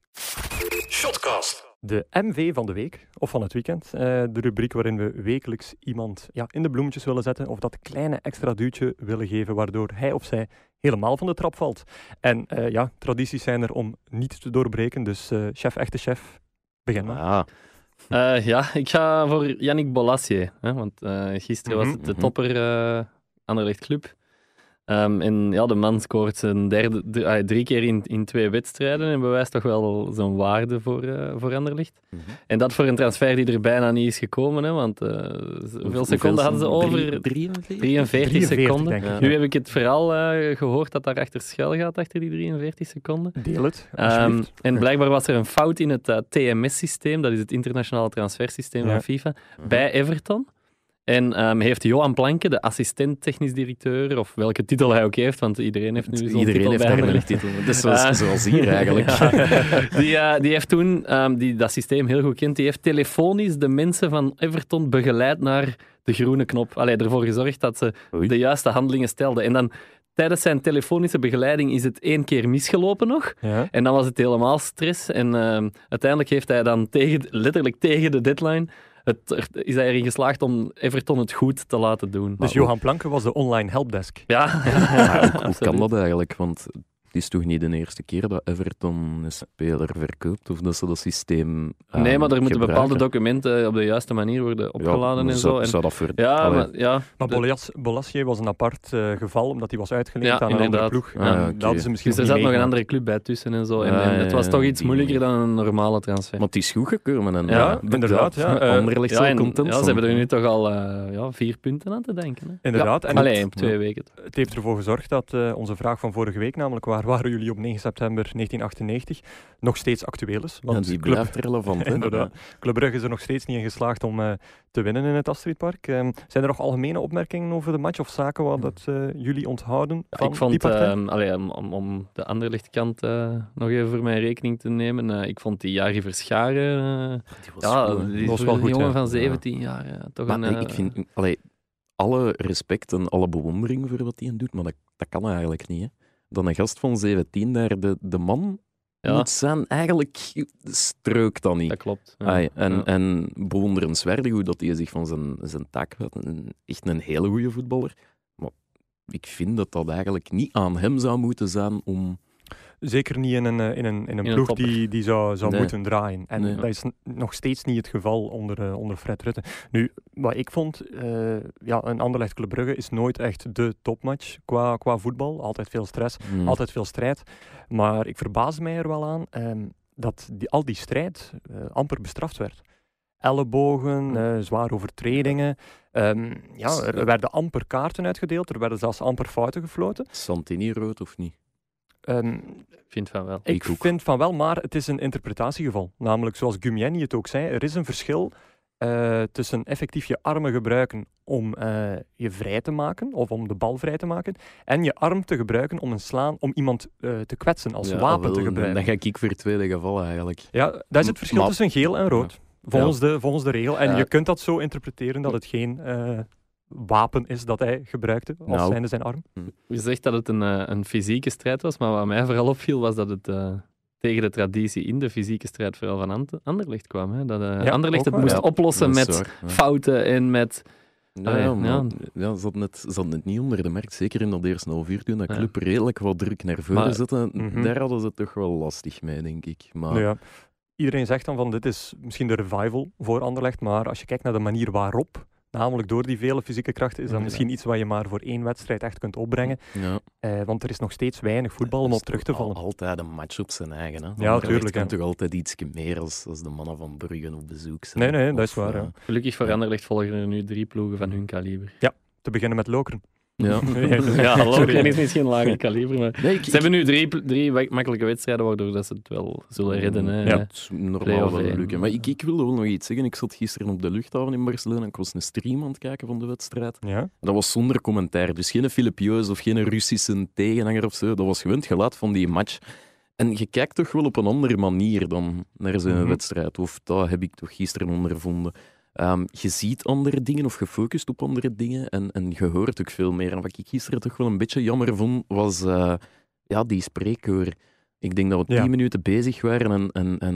[SPEAKER 3] Shotcast.
[SPEAKER 1] De MV van de week, of van het weekend. eh, de rubriek waarin we wekelijks iemand ja, in de bloemetjes willen zetten of dat kleine extra duwtje willen geven waardoor hij of zij helemaal van de trap valt. En eh, ja, tradities zijn er om niet te doorbreken, dus eh, chef, echte chef, begin maar.
[SPEAKER 2] Ah,
[SPEAKER 4] Eh, ja, *laughs* ik ga voor Yannick Bolasie. Hè, want eh, gisteren was het de
[SPEAKER 2] Mhm.
[SPEAKER 4] topper eh Anderlecht Club. Ehm, en ja, de man scoort zijn derde, d- ah, drie keer in, in twee wedstrijden en bewijst toch wel zijn waarde voor, eh voor Anderlecht.
[SPEAKER 2] Mhm.
[SPEAKER 4] En dat voor een transfer die er bijna niet is gekomen, hè, want eh, z- hoeveel seconden hadden ze over?
[SPEAKER 2] 43?
[SPEAKER 4] 43 seconden.
[SPEAKER 1] denk ik.
[SPEAKER 4] Nu heb ik het verhaal eh, gehoord dat daar achter schuil gaat, achter die 43 seconden.
[SPEAKER 1] Deel het,
[SPEAKER 4] Ehm,
[SPEAKER 1] alsjeblieft.
[SPEAKER 4] en blijkbaar was er een fout in het eh, TMS-systeem, dat is het internationale transfersysteem
[SPEAKER 1] Ja.
[SPEAKER 4] van FIFA, Ah. bij Everton. En ehm, heeft Johan Planke, de assistent technisch directeur, of welke titel hij ook heeft, want iedereen heeft nu zo'n
[SPEAKER 2] Iedereen
[SPEAKER 4] titel
[SPEAKER 2] heeft
[SPEAKER 4] bij
[SPEAKER 2] daar een
[SPEAKER 4] Anderlecht.
[SPEAKER 2] titel.
[SPEAKER 4] *laughs*
[SPEAKER 2] Dat is zoals,
[SPEAKER 4] Eh,
[SPEAKER 2] zoals hier
[SPEAKER 4] *laughs*
[SPEAKER 2] eigenlijk.
[SPEAKER 4] Ja. Die, eh, die heeft toen, ehm, die dat systeem heel goed kent, die heeft telefonisch de mensen van Everton begeleid naar de groene knop. Allee, ervoor gezorgd dat ze
[SPEAKER 2] Oei.
[SPEAKER 4] de juiste handelingen stelden. En dan tijdens zijn telefonische begeleiding is het één keer misgelopen nog.
[SPEAKER 1] Ja.
[SPEAKER 4] En dan was het helemaal stress. En ehm, uiteindelijk heeft hij dan tegen, letterlijk tegen de deadline het, er- is hij erin geslaagd om Everton het goed te laten doen.
[SPEAKER 1] Dus Johan Planke was de online helpdesk.
[SPEAKER 4] Ah, Ja,
[SPEAKER 2] Maar Ah, hoe-
[SPEAKER 4] *laughs*
[SPEAKER 2] hoe
[SPEAKER 4] absoluut.
[SPEAKER 2] kan dat eigenlijk? Want het is toch niet de eerste keer dat Everton een speler verkoopt of dat ze dat systeem. eh,
[SPEAKER 4] Nee, maar er moeten
[SPEAKER 2] gebruiken?
[SPEAKER 4] bepaalde documenten eh, op de juiste manier worden
[SPEAKER 2] Ja,
[SPEAKER 4] opgeladen
[SPEAKER 2] maar
[SPEAKER 4] en
[SPEAKER 2] zou-
[SPEAKER 4] zo. En,
[SPEAKER 2] Zou dat voor...
[SPEAKER 4] ja,
[SPEAKER 2] Allee.
[SPEAKER 4] maar, ja,
[SPEAKER 1] Maar
[SPEAKER 4] De-
[SPEAKER 1] Bolias, Bolasie was een apart eh, geval, omdat hij was uitgeleend
[SPEAKER 4] Ja,
[SPEAKER 1] aan een andere
[SPEAKER 4] inderdaad.
[SPEAKER 1] ploeg. En
[SPEAKER 2] Ah,
[SPEAKER 1] dat
[SPEAKER 2] oké.
[SPEAKER 1] hadden ze misschien
[SPEAKER 4] dus er
[SPEAKER 1] niet
[SPEAKER 4] zat nog een
[SPEAKER 1] meegemaakt.
[SPEAKER 4] andere club bij tussen en zo. En,
[SPEAKER 2] Ah,
[SPEAKER 4] en
[SPEAKER 2] ja,
[SPEAKER 4] het was
[SPEAKER 2] ja,
[SPEAKER 4] toch
[SPEAKER 2] op
[SPEAKER 4] iets
[SPEAKER 2] die
[SPEAKER 4] moeilijker
[SPEAKER 2] manier.
[SPEAKER 4] dan een normale transfer.
[SPEAKER 2] Maar het is goed gekomen. En,
[SPEAKER 4] Ja,
[SPEAKER 2] eh,
[SPEAKER 1] inderdaad, ja. Eh,
[SPEAKER 2] Anderlecht
[SPEAKER 4] ja,
[SPEAKER 2] zo
[SPEAKER 4] en-
[SPEAKER 2] content.
[SPEAKER 4] ja, ze
[SPEAKER 2] van.
[SPEAKER 4] hebben er nu toch al eh, ja, vier punten aan te denken. Hè.
[SPEAKER 1] Ehm, Inderdaad, en
[SPEAKER 4] Allee,
[SPEAKER 1] het,
[SPEAKER 4] op twee weken.
[SPEAKER 1] het heeft ervoor gezorgd dat eh, onze vraag van vorige week, namelijk waar waren jullie op 9 september 1998, nog steeds actueel is.
[SPEAKER 2] Ja,
[SPEAKER 1] Want
[SPEAKER 2] die
[SPEAKER 1] Club
[SPEAKER 2] blijft relevant.
[SPEAKER 4] *laughs*
[SPEAKER 2] hè.
[SPEAKER 1] Inderdaad. Club Brugge is er nog steeds niet in geslaagd om eh, te winnen in het Astridpark. Ehm, zijn er nog algemene opmerkingen over de match of zaken waar dat, eh, jullie onthouden
[SPEAKER 4] Ja,
[SPEAKER 1] van
[SPEAKER 4] ik vond,
[SPEAKER 1] die partij?
[SPEAKER 4] ehm, allee, om, om, om de anderlichtkant eh nog even voor mijn rekening te nemen, eh, ik vond die Jari Verscharen... eh,
[SPEAKER 2] Die was
[SPEAKER 4] ja,
[SPEAKER 2] goed, hè.
[SPEAKER 4] die is
[SPEAKER 1] Dat was
[SPEAKER 4] voor
[SPEAKER 1] wel
[SPEAKER 4] een
[SPEAKER 1] goed,
[SPEAKER 4] jongen
[SPEAKER 1] ja.
[SPEAKER 4] van
[SPEAKER 2] Ja.
[SPEAKER 4] 17 jaar. eh, toch
[SPEAKER 2] Maar
[SPEAKER 4] een,
[SPEAKER 2] nee,
[SPEAKER 4] eh,
[SPEAKER 2] ik vind... Allee, alle respect en alle bewondering voor wat hij doet, maar dat, dat kan eigenlijk niet. Hè. Dan een gast van 17 daar, de, de man
[SPEAKER 4] ja,
[SPEAKER 2] moet zijn, eigenlijk streukt dat niet.
[SPEAKER 4] dat klopt. Ja.
[SPEAKER 2] Ai, en, eh,
[SPEAKER 4] Ja.
[SPEAKER 2] en bewonderenswaardig hoe dat hij zich van zijn, zijn taak had. Een- Echt een hele goede voetballer. Maar ik vind dat dat eigenlijk niet aan hem zou moeten zijn om...
[SPEAKER 1] Zeker niet in een, eh, in een, in een
[SPEAKER 4] een
[SPEAKER 1] ploeg
[SPEAKER 4] topper.
[SPEAKER 1] die, die zou, zou
[SPEAKER 2] Nee.
[SPEAKER 1] moeten draaien. En
[SPEAKER 2] Nee.
[SPEAKER 1] dat is n- nog steeds niet het geval onder, eh, onder Fred Rutte. Nu, wat ik vond, eh, ja, een Anderlecht Club Brugge is nooit echt de topmatch qua, qua voetbal. Altijd veel stress,
[SPEAKER 2] Hmm.
[SPEAKER 1] altijd veel strijd. Maar ik verbaasde mij er wel aan ehm, dat die, al die strijd eh, amper bestraft werd. Ellebogen, eh, zware overtredingen. Ehm, ja, er werden amper kaarten uitgedeeld, er werden zelfs amper fouten gefloten.
[SPEAKER 2] Santini rood of niet?
[SPEAKER 1] Ehm,
[SPEAKER 4] Ik vind van wel.
[SPEAKER 1] ik
[SPEAKER 2] Ik ook.
[SPEAKER 1] vind van wel, maar het is een interpretatiegeval. Namelijk, zoals Gumiani het ook zei, er is een verschil eh, tussen effectief je armen gebruiken om eh, je vrij te maken, of om de bal vrij te maken, en je arm te gebruiken om een slaan, om iemand eh, te kwetsen, als
[SPEAKER 2] Ja,
[SPEAKER 1] wapen
[SPEAKER 2] wel,
[SPEAKER 1] te
[SPEAKER 2] dan- Dan
[SPEAKER 1] gebruiken.
[SPEAKER 2] ga ik voor het tweede geval eigenlijk.
[SPEAKER 1] Ja, dat is het verschil
[SPEAKER 2] Maar-
[SPEAKER 1] tussen geel en rood, volgens, de, volgens de regel. En
[SPEAKER 2] Ja.
[SPEAKER 1] je kunt dat zo interpreteren dat het geen eh, wapen is dat hij gebruikte, als
[SPEAKER 2] Nou.
[SPEAKER 1] zijnde zijn arm.
[SPEAKER 4] Je zegt dat het een, eh, een fysieke strijd was, maar wat mij vooral opviel was dat het... eh, tegen de traditie in de fysieke strijd vooral van Ant- Anderlecht kwam. Hè? Dat eh
[SPEAKER 1] Ja,
[SPEAKER 4] Anderlecht
[SPEAKER 1] ook
[SPEAKER 4] het
[SPEAKER 1] waar.
[SPEAKER 4] moest
[SPEAKER 2] Ja,
[SPEAKER 4] oplossen
[SPEAKER 2] dat is
[SPEAKER 4] met
[SPEAKER 2] waar, ja.
[SPEAKER 4] fouten en met...
[SPEAKER 2] Ja,
[SPEAKER 4] Allee,
[SPEAKER 2] Ah, ja, maar,
[SPEAKER 4] ja.
[SPEAKER 2] ja, ze hadden het, ze hadden het niet onder de markt. Zeker in dat eerste half uur toen dat
[SPEAKER 4] Ja.
[SPEAKER 2] club redelijk wat druk naar voren
[SPEAKER 4] Maar-
[SPEAKER 2] zette.
[SPEAKER 1] Mhm.
[SPEAKER 2] Daar hadden ze het toch wel lastig mee, denk ik. Maar
[SPEAKER 1] Nou ja, iedereen zegt dan van dit is misschien de revival voor Anderlecht, maar als je kijkt naar de manier waarop, namelijk door die vele fysieke krachten, is dat
[SPEAKER 2] Mhm.
[SPEAKER 4] Ja.
[SPEAKER 1] misschien iets wat je maar voor één wedstrijd echt kunt opbrengen.
[SPEAKER 2] ja,
[SPEAKER 1] Eh, want er is nog steeds weinig voetbal om
[SPEAKER 2] dat
[SPEAKER 1] op
[SPEAKER 2] Mhm. is
[SPEAKER 1] terug te
[SPEAKER 2] toch al-
[SPEAKER 1] vallen.
[SPEAKER 2] Altijd een match op zijn eigen. Hè?
[SPEAKER 1] Ja, tuurlijk,
[SPEAKER 2] kan
[SPEAKER 1] hè.
[SPEAKER 2] toch altijd iets meer als, als de mannen van Bruggen op bezoek zijn.
[SPEAKER 1] Nee, nee, dat
[SPEAKER 2] Of,
[SPEAKER 1] is waar,
[SPEAKER 2] eh,
[SPEAKER 1] ja.
[SPEAKER 4] Gelukkig voor
[SPEAKER 2] Ja.
[SPEAKER 4] Anderlecht volgen er nu drie ploegen van hun kaliber.
[SPEAKER 1] Te beginnen met Lokeren. *laughs*
[SPEAKER 2] ja.
[SPEAKER 4] Ja,
[SPEAKER 2] *laughs*
[SPEAKER 4] Lokeren
[SPEAKER 1] Sorry.
[SPEAKER 4] is misschien lager kaliber, maar...
[SPEAKER 2] Nee, ik-
[SPEAKER 4] Ze hebben nu drie, pl- drie wa- makkelijke wedstrijden, waardoor dat ze het wel zullen redden. Hè.
[SPEAKER 2] Ja, het is normaal
[SPEAKER 4] Play-off
[SPEAKER 2] wel
[SPEAKER 4] één.
[SPEAKER 2] lukken. Maar ik, ik wilde ook nog iets zeggen. Ik zat gisteren op de luchthaven in Barcelona en ik was een stream aan het kijken van de wedstrijd.
[SPEAKER 1] Ja.
[SPEAKER 2] Dat was zonder commentaar. Dus geen Filipioos of geen Russische tegenhanger of zo. Dat was gewoon het geluid van die match. En je kijkt toch wel op een andere manier dan naar zo'n
[SPEAKER 1] Mhm.
[SPEAKER 2] wedstrijd. Of dat heb ik toch gisteren ondervonden. Ehm, je ziet andere dingen of gefocust op andere dingen en, en je hoort ook veel meer. En wat ik gisteren toch wel een beetje jammer vond, was eh, ja, die spreekkoor. Ik denk dat we tien
[SPEAKER 1] Ja.
[SPEAKER 2] minuten bezig waren en, en, en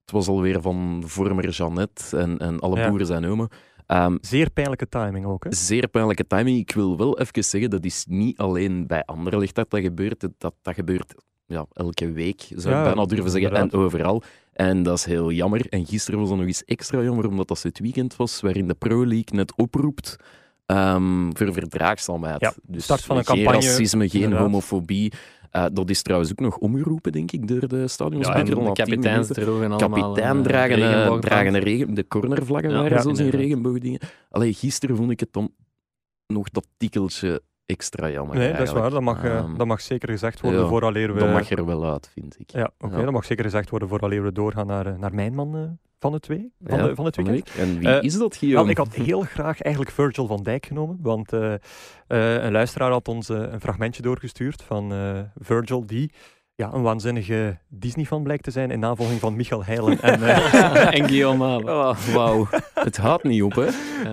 [SPEAKER 2] het was alweer van vormer Jeannette en, en alle
[SPEAKER 1] Ja.
[SPEAKER 2] boeren zijn omen. Ehm,
[SPEAKER 1] Zeer pijnlijke timing ook. Hè?
[SPEAKER 2] Zeer pijnlijke timing. Ik wil wel even zeggen, dat is niet alleen bij Anderlecht dat dat gebeurt. Dat, dat gebeurt ja, elke week, zou
[SPEAKER 1] Ja,
[SPEAKER 2] ik bijna durven zeggen, en
[SPEAKER 1] inderdaad.
[SPEAKER 2] overal. En dat is heel jammer. En gisteren was dat nog eens extra jammer, omdat dat het weekend was waarin de Pro League net oproept ehm, voor verdraagzaamheid.
[SPEAKER 1] Ja,
[SPEAKER 2] dus
[SPEAKER 1] start van een
[SPEAKER 2] geen
[SPEAKER 1] campagne,
[SPEAKER 2] racisme, geen
[SPEAKER 1] inderdaad.
[SPEAKER 2] homofobie. Eh, dat is trouwens ook nog omgeroepen, denk ik, door de
[SPEAKER 4] Ja, en
[SPEAKER 2] stadionspeaker.
[SPEAKER 4] de
[SPEAKER 2] Al na tien
[SPEAKER 4] kapiteins
[SPEAKER 2] minuten.
[SPEAKER 4] droegen allemaal...
[SPEAKER 2] Kapitein dragen, eh, dragen een *laughs* regen, de cornervlaggen
[SPEAKER 4] Ja,
[SPEAKER 2] waren
[SPEAKER 1] ja,
[SPEAKER 2] zo'n
[SPEAKER 4] inderdaad.
[SPEAKER 2] regenboogdingen. Alleen gisteren vond ik het dan nog dat tikkeltje extra jammer.
[SPEAKER 1] Nee, dat is
[SPEAKER 2] eigenlijk.
[SPEAKER 1] waar. Dat mag, eh,
[SPEAKER 2] Ehm,
[SPEAKER 1] dat mag zeker gezegd worden
[SPEAKER 2] ja,
[SPEAKER 1] vooraleer we...
[SPEAKER 2] dat mag er wel uit, vind ik.
[SPEAKER 1] Ja, oké,
[SPEAKER 2] Ja.
[SPEAKER 1] dat mag zeker gezegd worden vooraleer we doorgaan naar, eh, naar mijn man eh, van de twee, van,
[SPEAKER 2] Ja,
[SPEAKER 1] de, van het
[SPEAKER 2] van
[SPEAKER 1] weekend.
[SPEAKER 2] de week. En wie
[SPEAKER 1] Eh,
[SPEAKER 2] is dat,
[SPEAKER 1] Wel,
[SPEAKER 2] Guillaume?
[SPEAKER 1] ik had heel graag eigenlijk Virgil van Dijk genomen, want eh, eh, een luisteraar had ons eh, een fragmentje doorgestuurd van eh, Virgil, die ja, een waanzinnige Disney-fan blijkt te zijn in navolging van Michael Heilen. En, eh,
[SPEAKER 2] *laughs*
[SPEAKER 1] Oh,
[SPEAKER 4] en Guillaume Haber.
[SPEAKER 1] *laughs*
[SPEAKER 2] Ah, Wauw, het houdt niet op, hè?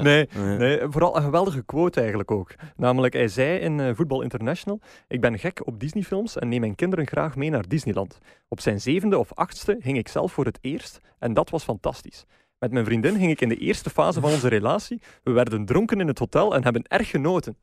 [SPEAKER 1] nee,
[SPEAKER 2] Eh,
[SPEAKER 1] Nee, vooral een geweldige quote eigenlijk ook. Namelijk, hij zei in eh Voetbal International: Ik ben gek op Disneyfilms en neem mijn kinderen graag mee naar Disneyland. Op zijn zevende of achtste ging ik zelf voor het eerst en dat was fantastisch. Met mijn vriendin ging ik in de eerste fase van onze relatie. We werden dronken in het hotel en hebben erg genoten.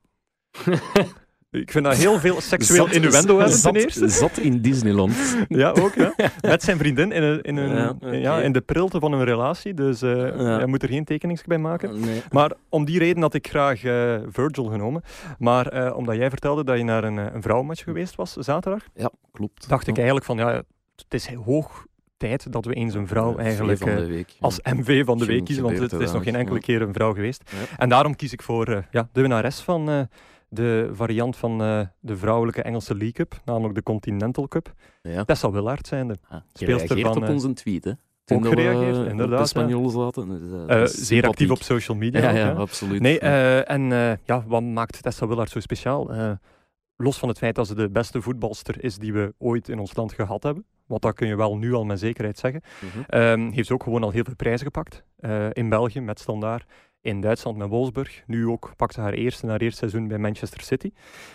[SPEAKER 1] Ik vind dat heel
[SPEAKER 2] *laughs*
[SPEAKER 1] veel seksueel
[SPEAKER 2] zat-
[SPEAKER 1] innuendo hebben
[SPEAKER 2] zat-
[SPEAKER 1] ten
[SPEAKER 2] *laughs*
[SPEAKER 1] eerste.
[SPEAKER 2] Zat in
[SPEAKER 1] *laughs*
[SPEAKER 2] Disneyland.
[SPEAKER 1] Ja, ook. Ja. Met zijn vriendin in, een, in, een,
[SPEAKER 2] Ja,
[SPEAKER 1] ja,
[SPEAKER 2] oké.
[SPEAKER 1] in de prilte van een relatie. Dus eh hij moet er geen tekening bij maken.
[SPEAKER 2] Nee.
[SPEAKER 1] Maar om die reden had ik graag eh, Virgil genomen. Maar eh, omdat jij vertelde dat je naar een, eh, een vrouwenmatch geweest was zaterdag,
[SPEAKER 2] Ja, klopt.
[SPEAKER 1] dacht ik eigenlijk van ja, het is hoog tijd dat we eens een vrouw
[SPEAKER 2] Ja,
[SPEAKER 1] eigenlijk
[SPEAKER 2] van
[SPEAKER 1] eh,
[SPEAKER 2] de week.
[SPEAKER 1] als MV van de
[SPEAKER 2] Geen
[SPEAKER 1] week kiezen, want
[SPEAKER 2] gebeurd,
[SPEAKER 1] het is nog geen
[SPEAKER 2] helaas,
[SPEAKER 1] enkele
[SPEAKER 2] ja.
[SPEAKER 1] keer een vrouw geweest.
[SPEAKER 2] Ja.
[SPEAKER 1] En daarom kies ik voor eh, ja, de winnares van eh, de variant van eh, de vrouwelijke Engelse League Cup, namelijk de Continental Cup.
[SPEAKER 2] Ja.
[SPEAKER 1] Tessa Willaert zijnde.
[SPEAKER 2] Ah,
[SPEAKER 1] speelster
[SPEAKER 2] gereageerd
[SPEAKER 1] van,
[SPEAKER 2] op
[SPEAKER 1] eh,
[SPEAKER 2] onze tweet, hè? Toen dat we,
[SPEAKER 1] gereageerd,
[SPEAKER 2] eh,
[SPEAKER 1] inderdaad,
[SPEAKER 2] Op Espanol zaten. Dus, eh, dat
[SPEAKER 1] Eh,
[SPEAKER 2] is
[SPEAKER 1] zeer
[SPEAKER 2] sympathiek.
[SPEAKER 1] actief op social media.
[SPEAKER 2] Ja,
[SPEAKER 1] ook,
[SPEAKER 2] ja,
[SPEAKER 1] hè.
[SPEAKER 2] absoluut.
[SPEAKER 1] Nee,
[SPEAKER 2] Ja.
[SPEAKER 1] eh, en eh, ja, wat maakt Tessa Willard zo speciaal? Eh, los van het feit dat ze de beste voetbalster is die we ooit in ons land gehad hebben. Want dat kun je wel nu al met zekerheid zeggen.
[SPEAKER 2] Mhm.
[SPEAKER 1] Ehm, heeft ze ook gewoon al heel veel prijzen gepakt. Eh, in België met Standaard. In Duitsland met Wolfsburg. Nu ook pakte haar eerste naar eerste seizoen bij Manchester City.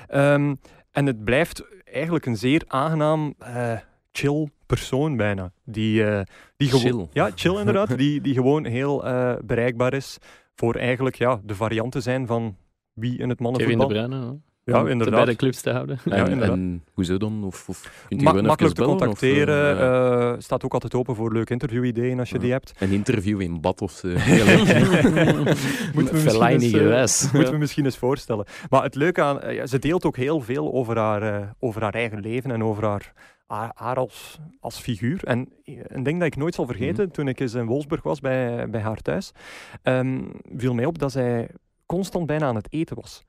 [SPEAKER 1] Ehm, en het blijft eigenlijk een zeer aangenaam, eh, chill persoon bijna. Die, eh, die gewoon-
[SPEAKER 2] Chill.
[SPEAKER 1] Ja, chill
[SPEAKER 2] *laughs*
[SPEAKER 1] inderdaad. die, die gewoon heel eh, bereikbaar is voor eigenlijk ja, de variant te zijn van wie in het
[SPEAKER 4] Kevin De
[SPEAKER 1] mannenvoetbal...
[SPEAKER 4] Bruyne. hoor.
[SPEAKER 1] Ja,
[SPEAKER 4] Om te Bij de
[SPEAKER 1] inderdaad.
[SPEAKER 4] clubs te
[SPEAKER 2] *laughs*
[SPEAKER 4] houden.
[SPEAKER 1] ja,
[SPEAKER 2] en,
[SPEAKER 1] inderdaad.
[SPEAKER 2] en hoezo dan? Of, of kunt u
[SPEAKER 1] Ma-
[SPEAKER 2] gewoon
[SPEAKER 1] makkelijk te
[SPEAKER 2] even bellen, of, eh,
[SPEAKER 1] contacteren.
[SPEAKER 2] ja.
[SPEAKER 1] eh, staat ook altijd open voor leuke interviewideeën als je
[SPEAKER 2] Ja.
[SPEAKER 1] die hebt.
[SPEAKER 2] Een interview in bad of eh, zo.
[SPEAKER 1] *laughs*
[SPEAKER 4] *laughs*
[SPEAKER 1] Moeten we
[SPEAKER 2] Verlijn
[SPEAKER 4] eh,
[SPEAKER 1] misschien
[SPEAKER 2] gewijs.
[SPEAKER 1] *laughs* Moeten we misschien eens voorstellen. Maar het leuke aan, eh, ja, ze deelt ook heel veel over haar, eh, over haar eigen leven en over haar, haar, haar als, als figuur. En eh, een ding dat ik nooit zal vergeten, toen ik eens in Wolfsburg was bij, bij haar thuis, ehm, viel mij op dat zij constant bijna aan het eten was.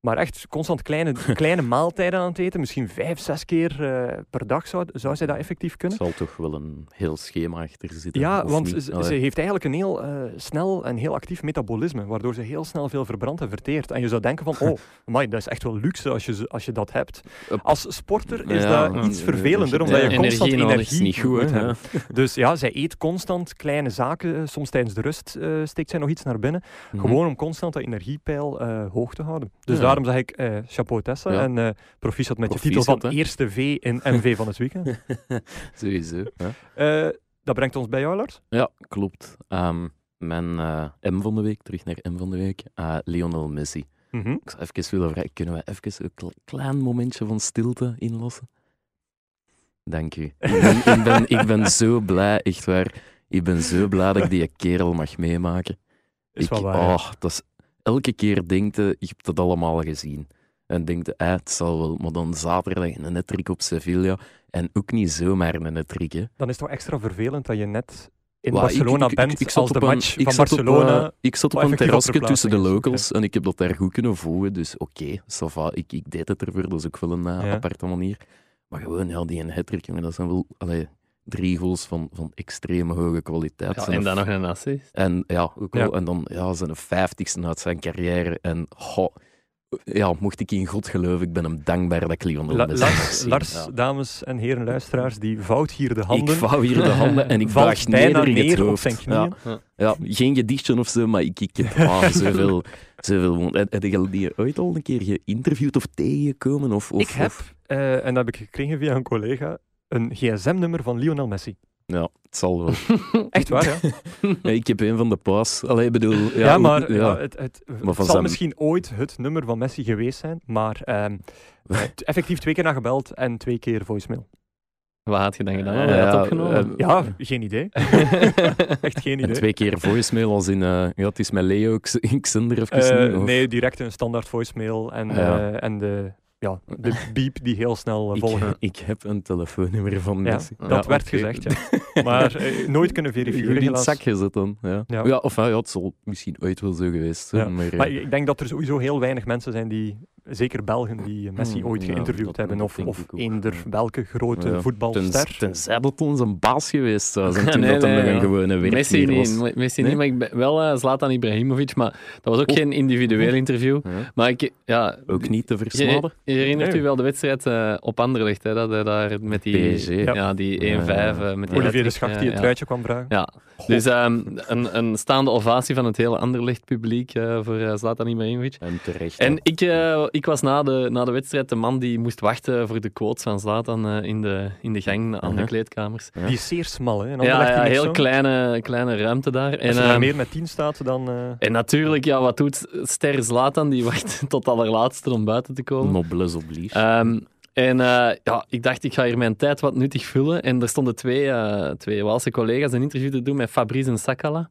[SPEAKER 1] Maar echt constant kleine, kleine maaltijden aan het eten. Misschien vijf, zes keer eh, per dag zou, zou zij dat effectief
[SPEAKER 2] Er
[SPEAKER 1] kunnen.
[SPEAKER 2] zal toch wel een heel schema achter zitten.
[SPEAKER 1] Ja,
[SPEAKER 2] of
[SPEAKER 1] want
[SPEAKER 2] niet? Oh,
[SPEAKER 1] ze,
[SPEAKER 2] Allee.
[SPEAKER 1] ze heeft eigenlijk een heel eh, snel en heel actief metabolisme, waardoor ze heel snel veel verbrandt en verteert. En je zou denken
[SPEAKER 2] *laughs*
[SPEAKER 1] van, oh, amai, dat is echt wel luxe als je, ze- als je dat hebt.
[SPEAKER 2] Op-
[SPEAKER 1] Als sporter is
[SPEAKER 2] Ja,
[SPEAKER 1] dat iets
[SPEAKER 2] eh,
[SPEAKER 1] vervelender, omdat
[SPEAKER 2] ja,
[SPEAKER 1] je constant
[SPEAKER 4] energie nodig
[SPEAKER 1] energie,
[SPEAKER 4] is
[SPEAKER 2] is niet goed,
[SPEAKER 1] moet
[SPEAKER 2] hè?
[SPEAKER 1] hebben. Dus ja, zij eet constant kleine zaken. Soms tijdens de rust eh, steekt zij nog iets naar binnen.
[SPEAKER 2] Mhm.
[SPEAKER 1] Gewoon om constant dat energiepeil eh, hoog te houden. Dus
[SPEAKER 2] Ja.
[SPEAKER 1] daarom zeg ik eh chapeau Tessa
[SPEAKER 2] Ja.
[SPEAKER 1] en eh proficiat met je titel
[SPEAKER 2] Proficiat,
[SPEAKER 1] van
[SPEAKER 2] hè.
[SPEAKER 1] eerste V in MV van het
[SPEAKER 2] *laughs*
[SPEAKER 1] weekend.
[SPEAKER 2] *laughs* Sowieso. hè.
[SPEAKER 1] Eh, dat brengt ons bij jou, Lars.
[SPEAKER 2] Ja, klopt. Ehm, mijn eh, M van de week, terug naar M van de week, eh, Lionel Messi.
[SPEAKER 1] Mhm.
[SPEAKER 2] Ik zou even willen vragen, kunnen we even een kle- klein momentje van stilte inlassen? Dank u. Ik ben, ik ben, ik ben zo blij, echt waar. Ik ben zo blij dat ik die kerel mag meemaken.
[SPEAKER 1] Is
[SPEAKER 2] ik,
[SPEAKER 1] wel waar. ja.
[SPEAKER 2] oh, dat is, elke keer denkt je, je hebt dat allemaal gezien. En denkt je, eh, het zal wel, maar dan zaterdag een nettrick op Sevilla. En ook niet zomaar een nettrick, hè.
[SPEAKER 1] Dan is het toch extra vervelend dat je net in
[SPEAKER 2] Waar ik-
[SPEAKER 1] Barcelona
[SPEAKER 2] ik- ik-
[SPEAKER 1] bent
[SPEAKER 2] ik zat
[SPEAKER 1] als de
[SPEAKER 2] op een-
[SPEAKER 1] match
[SPEAKER 2] ik
[SPEAKER 1] van
[SPEAKER 2] zat op,
[SPEAKER 1] Barcelona.
[SPEAKER 2] eh, ik zat op
[SPEAKER 1] wel
[SPEAKER 2] een
[SPEAKER 1] effectief
[SPEAKER 2] terrasje
[SPEAKER 1] afgeplaatst
[SPEAKER 2] tussen de
[SPEAKER 1] is.
[SPEAKER 2] locals en ik heb dat daar goed kunnen voelen. Dus oké, ça va, ik, ik deed het ervoor. Dat is ook wel een eh,
[SPEAKER 1] Ja.
[SPEAKER 2] aparte manier. Maar gewoon, ja, die een hat-trick, jongen, dat zijn wel allee, drie goals van, van extreem hoge kwaliteit.
[SPEAKER 4] Ja,
[SPEAKER 2] Zijn
[SPEAKER 4] en
[SPEAKER 2] een
[SPEAKER 4] dan nog een
[SPEAKER 2] *laughs*
[SPEAKER 4] assist.
[SPEAKER 2] en ja, ook
[SPEAKER 1] Ja.
[SPEAKER 2] wel. En dan ja, zijn vijftigste uit zijn carrière. En goh, ja, mocht ik in God geloven, ik ben hem dankbaar dat ik Lionel
[SPEAKER 1] La-
[SPEAKER 2] Messi mag
[SPEAKER 1] Lars,
[SPEAKER 2] zien.
[SPEAKER 1] Lars,
[SPEAKER 2] Oh, Ja.
[SPEAKER 1] dames en heren luisteraars, die vouwt hier de handen.
[SPEAKER 2] Ik vouw hier de handen en ik
[SPEAKER 1] *laughs* valt
[SPEAKER 2] buig
[SPEAKER 1] bijna
[SPEAKER 2] neder in het
[SPEAKER 1] neer op
[SPEAKER 2] hoofd.
[SPEAKER 1] zijn knieën.
[SPEAKER 2] Ja. Ja, geen gedichtje of zo, maar ik, ik heb
[SPEAKER 1] *laughs*
[SPEAKER 2] ah, zoveel, zoveel mond. Heb heb je die ooit al een keer geïnterviewd of tegengekomen? Of, of,
[SPEAKER 1] ik heb,
[SPEAKER 2] of-
[SPEAKER 1] eh, en dat heb ik gekregen via een collega, een gsm-nummer van Lionel Messi.
[SPEAKER 2] ja, het zal wel.
[SPEAKER 1] Echt waar, ja?
[SPEAKER 2] Ja, ik heb een van de paas. Allee, ik
[SPEAKER 1] *laughs*
[SPEAKER 2] bedoel... *laughs* Ja,
[SPEAKER 1] Ja, maar
[SPEAKER 2] Ja,
[SPEAKER 1] ja, het, het, het
[SPEAKER 2] van
[SPEAKER 1] zal
[SPEAKER 2] zijn-
[SPEAKER 1] misschien ooit het nummer van Messi
[SPEAKER 2] *laughs*
[SPEAKER 1] geweest zijn, maar ehm, eh, effectief twee keer naar gebeld en twee keer voicemail.
[SPEAKER 4] Wat had je dan gedaan? Wat
[SPEAKER 2] Eh,
[SPEAKER 4] had je
[SPEAKER 2] ja,
[SPEAKER 4] opgenomen?
[SPEAKER 1] Ja, geen
[SPEAKER 2] *laughs*
[SPEAKER 1] idee. Echt geen
[SPEAKER 2] En
[SPEAKER 1] idee.
[SPEAKER 2] twee keer voicemail als in... eh, ja, het is met Leo, ik, z- ik zend er
[SPEAKER 1] Eh,
[SPEAKER 2] even niet, of-
[SPEAKER 1] nee, direct een standaard voicemail en,
[SPEAKER 2] Ja.
[SPEAKER 1] eh, en de, ja, de beep die heel snel eh, volgt.
[SPEAKER 2] *laughs* ik, ik heb een telefoonnummer van
[SPEAKER 1] Ja,
[SPEAKER 2] Messi.
[SPEAKER 1] dat
[SPEAKER 2] Ja,
[SPEAKER 1] werd
[SPEAKER 2] oké.
[SPEAKER 1] gezegd,
[SPEAKER 2] *laughs*
[SPEAKER 1] ja. maar eh, nooit kunnen verifiëren.
[SPEAKER 2] Jullie in
[SPEAKER 1] helaas.
[SPEAKER 2] het zak gezet dan. Ja.
[SPEAKER 1] Ja.
[SPEAKER 2] Ja. of ja, het zal misschien ooit wel zo geweest zijn.
[SPEAKER 1] Ja.
[SPEAKER 2] Maar, eh,
[SPEAKER 1] Maar ik ik denk dat er sowieso heel weinig mensen zijn die, zeker Belgen, die Messi
[SPEAKER 2] Hmm,
[SPEAKER 1] ooit
[SPEAKER 2] ja,
[SPEAKER 1] geïnterviewd
[SPEAKER 2] dat-
[SPEAKER 1] hebben.
[SPEAKER 2] dat
[SPEAKER 1] Of,
[SPEAKER 2] denk
[SPEAKER 1] of
[SPEAKER 2] ik ook,
[SPEAKER 1] eender
[SPEAKER 2] ja.
[SPEAKER 1] welke grote
[SPEAKER 2] Ja.
[SPEAKER 1] voetbalster.
[SPEAKER 2] tenzij, tenzij dat onze baas geweest zou zijn,
[SPEAKER 4] *laughs* Ja,
[SPEAKER 2] toen
[SPEAKER 4] nee,
[SPEAKER 2] dat hem
[SPEAKER 4] nee,
[SPEAKER 2] nog
[SPEAKER 4] ja.
[SPEAKER 2] een gewone werk
[SPEAKER 4] Messi
[SPEAKER 2] was.
[SPEAKER 4] niet, Messi
[SPEAKER 2] Nee?
[SPEAKER 4] niet, maar ik ben wel eh, Zlatan Ibrahimovic, maar dat was ook
[SPEAKER 2] Oh.
[SPEAKER 4] geen individueel interview.
[SPEAKER 2] Ja.
[SPEAKER 4] Maar ik, ja,
[SPEAKER 2] Ook niet te
[SPEAKER 4] Je,
[SPEAKER 2] versmaden.
[SPEAKER 4] je herinnert
[SPEAKER 1] Nee.
[SPEAKER 4] u wel de wedstrijd eh, op Anderlecht, hè, dat hij daar met die,
[SPEAKER 2] PSG.
[SPEAKER 4] ja. die 1-5, eh, met die
[SPEAKER 1] Olivier de
[SPEAKER 4] hat-trick,
[SPEAKER 1] Schacht
[SPEAKER 4] ja,
[SPEAKER 1] die het
[SPEAKER 4] ja.
[SPEAKER 1] truitje kwam vragen.
[SPEAKER 4] Ja, dus ehm, een, een staande ovatie van het hele Anderlecht-publiek eh, voor eh, Zlatan Ibrahimovic.
[SPEAKER 2] En terecht.
[SPEAKER 4] En ik, eh, ik was na de, na de wedstrijd de man die moest wachten voor de quotes van Zlatan eh, in, de, in de gang aan de
[SPEAKER 2] Mhm.
[SPEAKER 4] kleedkamers.
[SPEAKER 2] Ja.
[SPEAKER 1] Die is zeer smal, hè? En dan
[SPEAKER 4] Ja,
[SPEAKER 1] legt hij
[SPEAKER 4] ja,
[SPEAKER 1] niet
[SPEAKER 4] heel
[SPEAKER 1] zo.
[SPEAKER 4] kleine, kleine ruimte daar. En,
[SPEAKER 1] Als je daar
[SPEAKER 4] ehm,
[SPEAKER 1] meer met 10 staat, dan... eh,
[SPEAKER 2] *laughs*
[SPEAKER 4] en natuurlijk, ja, wat doet Ster Zlatan? Die wacht *laughs* tot allerlaatste om buiten te komen.
[SPEAKER 2] Noblesse oblige. *laughs*
[SPEAKER 4] Ehm, en eh, ja, ik dacht, ik ga hier mijn tijd wat nuttig vullen. En er stonden twee, eh, twee Waalse collega's een interview te doen met Fabrice en Sakala.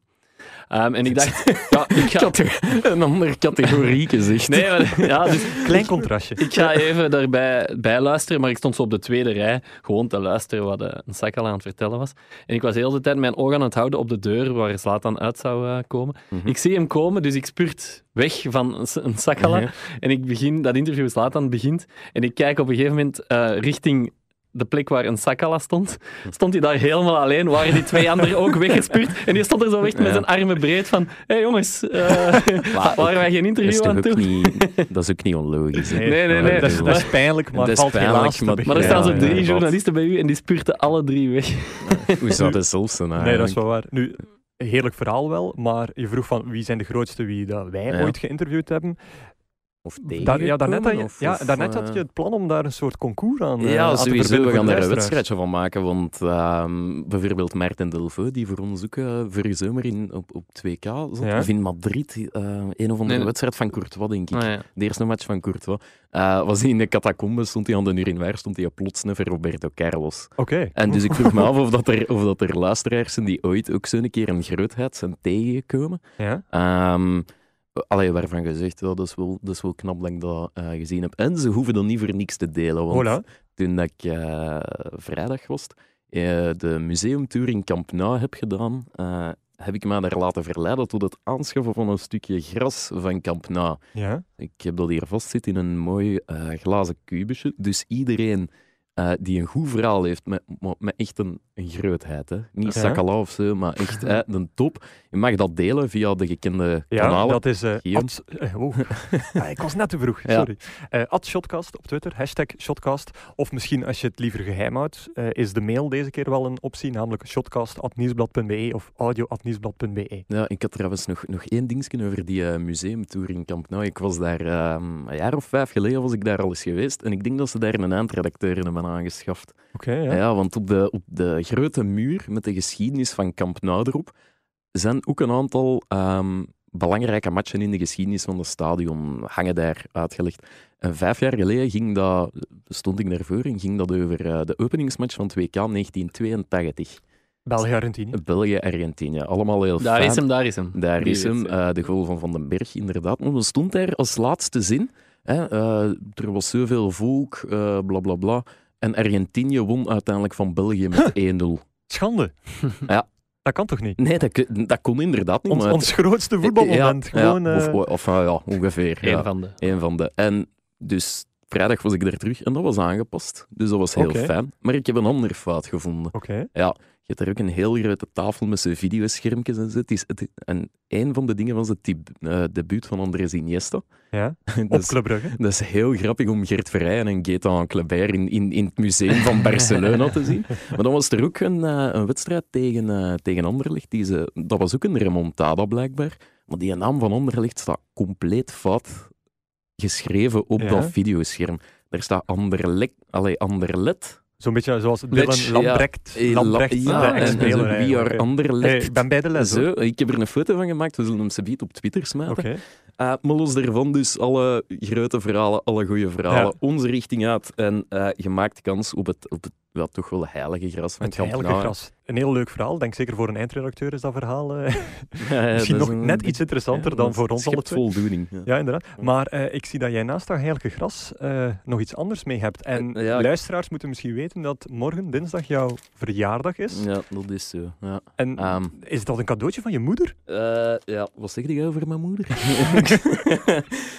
[SPEAKER 4] Ehm, en ik
[SPEAKER 2] *laughs*
[SPEAKER 4] dacht, ja, ik
[SPEAKER 2] Ik
[SPEAKER 4] ga...
[SPEAKER 2] had er een andere
[SPEAKER 4] *laughs*
[SPEAKER 2] categorie gezegd.
[SPEAKER 4] Nee, maar- ja, dus
[SPEAKER 1] Klein contrastje.
[SPEAKER 4] ik ga even daarbij bij luisteren, maar ik stond zo op de tweede rij gewoon te luisteren wat eh, een Sakala aan het vertellen was. En ik was heel de hele tijd mijn oog aan het houden op de deur waar Zlatan uit zou eh, komen.
[SPEAKER 2] Mhm.
[SPEAKER 4] Ik zie hem komen, dus ik spurt weg van een S- een Sakala.
[SPEAKER 2] Mhm.
[SPEAKER 4] En ik begin, dat interview Zlatan begint, en ik kijk op een gegeven moment eh, richting de plek waar een Sakala stond, stond hij daar helemaal alleen, waren die twee anderen ook weggespuurd. En die stond er zo echt met
[SPEAKER 2] Ja.
[SPEAKER 4] zijn armen breed van, hé hey jongens,
[SPEAKER 2] *laughs*
[SPEAKER 4] eh, waren wij geen
[SPEAKER 2] Dat
[SPEAKER 4] interview
[SPEAKER 2] is toch
[SPEAKER 4] aan
[SPEAKER 2] ook
[SPEAKER 4] toe?
[SPEAKER 2] niet,
[SPEAKER 4] *laughs*
[SPEAKER 2] dat is ook niet onlogisch. hè?
[SPEAKER 4] Nee, nee, nee.
[SPEAKER 1] Dat is, dat is
[SPEAKER 2] Maar- eh,
[SPEAKER 1] pijnlijk, maar
[SPEAKER 2] Dat is
[SPEAKER 1] valt
[SPEAKER 2] pijnlijk,
[SPEAKER 1] helaas te
[SPEAKER 2] maar-
[SPEAKER 4] Maar er
[SPEAKER 1] begrijpen.
[SPEAKER 2] Ja,
[SPEAKER 4] staan zo drie
[SPEAKER 2] ja, wat.
[SPEAKER 4] journalisten bij u en die spuurten alle drie weg.
[SPEAKER 2] Hoe zou dat zelfs zijn?
[SPEAKER 1] Nee, dat
[SPEAKER 2] eigenlijk?
[SPEAKER 1] is wel waar. Nu, een heerlijk verhaal wel, maar je vroeg van wie zijn de grootste wie dat wij
[SPEAKER 2] Ja.
[SPEAKER 1] ooit geïnterviewd hebben.
[SPEAKER 2] Of
[SPEAKER 1] Daar, ja, daarnet, had je,
[SPEAKER 2] tegengekomen, of-
[SPEAKER 1] ja,
[SPEAKER 2] of,
[SPEAKER 1] daarnet had
[SPEAKER 2] eh,
[SPEAKER 1] je het plan om daar een soort concours aan, eh,
[SPEAKER 2] Ja,
[SPEAKER 1] aan te
[SPEAKER 2] sowieso.
[SPEAKER 1] verbinden
[SPEAKER 2] We
[SPEAKER 1] voor
[SPEAKER 2] gaan
[SPEAKER 1] de
[SPEAKER 2] daar een
[SPEAKER 1] luisteraars.
[SPEAKER 2] wedstrijdje van maken. Want ehm, bijvoorbeeld Maarten Delvaux, die voor ons ook eh, vorige zomer in, op, op 2K zat,
[SPEAKER 1] Ja.
[SPEAKER 2] of in Madrid, eh, een of andere
[SPEAKER 4] Nee.
[SPEAKER 2] wedstrijd van Courtois, denk ik.
[SPEAKER 4] Ah, ja.
[SPEAKER 2] De eerste match van Courtois. eh, was hij in de catacombe, stond hij aan de urinoir, stond hij plots never Roberto Carlos.
[SPEAKER 1] Oké.
[SPEAKER 2] En dus ik vroeg me af of, dat er, of dat er luisteraars zijn die ooit ook zo'n keer een grootheid zijn tegengekomen.
[SPEAKER 1] Ja.
[SPEAKER 2] Ehm allee, waarvan gezegd, oh, dat, is wel, dat is wel knap dat ik dat eh, gezien heb. En ze hoeven dat niet voor niks te delen. Want
[SPEAKER 1] Voilà.
[SPEAKER 2] toen dat ik eh, vrijdag was, eh, de museumtour in Camp Nou heb gedaan, eh, heb ik me daar laten verleiden tot het aanschaffen van een stukje gras van Camp Nou.
[SPEAKER 1] Ja.
[SPEAKER 2] Ik heb dat hier vastzitten in een mooi eh, glazen kubusje. Dus iedereen eh, die een goed verhaal heeft, met, maar met echt een, een grootheid, hè? niet
[SPEAKER 1] Ja.
[SPEAKER 2] Sakala of zo, maar echt eh, de top. Je mag dat delen via de gekende
[SPEAKER 1] Ja,
[SPEAKER 2] kanalen.
[SPEAKER 1] dat is... eh,
[SPEAKER 2] Guillaume.
[SPEAKER 1] Ad- eh,
[SPEAKER 2] *laughs*
[SPEAKER 1] oh. Ah, ik was net te vroeg,
[SPEAKER 2] Ja.
[SPEAKER 1] sorry. Eh at Shotcast op Twitter, hashtag Shotcast. Of misschien als je het liever geheim houdt, eh, is de mail deze keer wel een optie, namelijk shotcast.nieuwsblad.be of audio.nieuwsblad.be.
[SPEAKER 2] Ja, ik had trouwens nog, nog één dingetje over die eh, museumtour in Camp Nou. Ik was daar ehm, een jaar of vijf geleden was ik daar al eens geweest. En ik denk dat ze daar een eindredacteur in hebben aangeschaft.
[SPEAKER 1] Oké,
[SPEAKER 2] Ja,
[SPEAKER 1] ja.
[SPEAKER 2] want op de, op de grote muur met de geschiedenis van Camp Nou erop zijn ook een aantal ehm, belangrijke matchen in de geschiedenis van het stadion hangen daar uitgelegd. En vijf jaar geleden ging dat, stond ik daarvoor en ging dat over eh, de openingsmatch van 2K 1982.
[SPEAKER 1] België-Argentinië.
[SPEAKER 2] België-Argentinië. Allemaal heel
[SPEAKER 4] Daar
[SPEAKER 2] fijn.
[SPEAKER 4] is hem, daar is hem.
[SPEAKER 2] Daar
[SPEAKER 4] Die
[SPEAKER 2] is hem,
[SPEAKER 4] wedstrijd.
[SPEAKER 2] eh, de goal van Van den Berg, inderdaad. Maar we stond daar als laatste zin. Hè, eh, er was zoveel volk, eh bla bla bla. En Argentinië won uiteindelijk van België met 1-0. *laughs*
[SPEAKER 1] Schande.
[SPEAKER 2] Ja.
[SPEAKER 1] Dat kan toch niet?
[SPEAKER 2] Nee, dat, k- dat kon inderdaad niet.
[SPEAKER 1] Ons,
[SPEAKER 2] maar het-
[SPEAKER 1] ons grootste voetbalmoment.
[SPEAKER 2] eh, Ja, ja,
[SPEAKER 1] Gewoon, eh,
[SPEAKER 2] of, of, ah, ja, ongeveer.
[SPEAKER 4] Eén
[SPEAKER 2] ja.
[SPEAKER 4] van de.
[SPEAKER 2] Eén van de. En dus vrijdag was ik daar terug en dat was aangepast. Dus dat was heel
[SPEAKER 1] Oké.
[SPEAKER 2] fijn. Maar ik heb een andere fout gevonden.
[SPEAKER 1] Oké.
[SPEAKER 2] Je hebt daar ook een heel grote tafel met zijn videoschermpjes en zo. Het is, het- en een van de dingen was het die, eh, debuut van Andres Iniesta.
[SPEAKER 1] Ja.
[SPEAKER 2] *laughs*
[SPEAKER 1] Op
[SPEAKER 2] Dus,
[SPEAKER 1] Club Brugge.
[SPEAKER 2] dat is heel grappig om Gert Verheyen en Gaetan Kleber in, in, in het museum van Barcelona te
[SPEAKER 1] *laughs*
[SPEAKER 2] zien. Maar dan was er ook een, eh, een wedstrijd tegen, eh tegen Anderlecht. Die ze, dat was ook een remontada blijkbaar. Maar die naam van Anderlecht staat compleet fout geschreven op
[SPEAKER 1] Ja.
[SPEAKER 2] dat videoscherm. Daar staat Anderlek, allee, Anderlet.
[SPEAKER 1] Zo'n beetje zoals Dylan
[SPEAKER 2] Let's- ja. eh,
[SPEAKER 1] Lambrecht. Lambrecht,
[SPEAKER 2] Ja,
[SPEAKER 1] de
[SPEAKER 2] en- en zo,
[SPEAKER 1] ex-speler.
[SPEAKER 2] We
[SPEAKER 1] eh, eigenlijk,
[SPEAKER 2] are
[SPEAKER 1] hè. Hey,
[SPEAKER 2] Anderlecht.
[SPEAKER 1] ik ben bij de les.
[SPEAKER 2] *laughs*
[SPEAKER 1] hoor.
[SPEAKER 2] zo, ik heb er een foto van gemaakt. We zullen hem subiet op Twitter smijten.
[SPEAKER 1] Oké.
[SPEAKER 2] Eh, maar los daarvan dus alle grote verhalen, alle goede verhalen, onze richting uit en eh, je maakt kans op het, op het wat toch wel heilige gras van
[SPEAKER 1] Het heilige
[SPEAKER 2] Camp Nou,
[SPEAKER 1] gras. Een heel leuk verhaal. Denk zeker voor een eindredacteur is dat *laughs* verhaal eh,
[SPEAKER 2] hè. *laughs* Ja, ja,
[SPEAKER 1] misschien
[SPEAKER 2] dat
[SPEAKER 1] nog
[SPEAKER 2] is een
[SPEAKER 1] net
[SPEAKER 2] beetje-
[SPEAKER 1] iets interessanter
[SPEAKER 2] ja,
[SPEAKER 1] dan
[SPEAKER 2] dat
[SPEAKER 1] voor ons alle
[SPEAKER 2] schept
[SPEAKER 1] twee.
[SPEAKER 2] voldoening. Ja.
[SPEAKER 1] Ja, inderdaad. Maar eh, ik zie dat jij naast dat heilige gras eh, nog iets anders mee hebt. En
[SPEAKER 2] Eh, ja, ik-
[SPEAKER 1] luisteraars moeten misschien weten dat morgen, dinsdag, jouw verjaardag is.
[SPEAKER 2] Ja, dat is zo. Ja.
[SPEAKER 1] En
[SPEAKER 2] Ehm,
[SPEAKER 1] is dat een cadeautje van je moeder?
[SPEAKER 2] Eh, ja, wat zeg jij over mijn moeder? *laughs*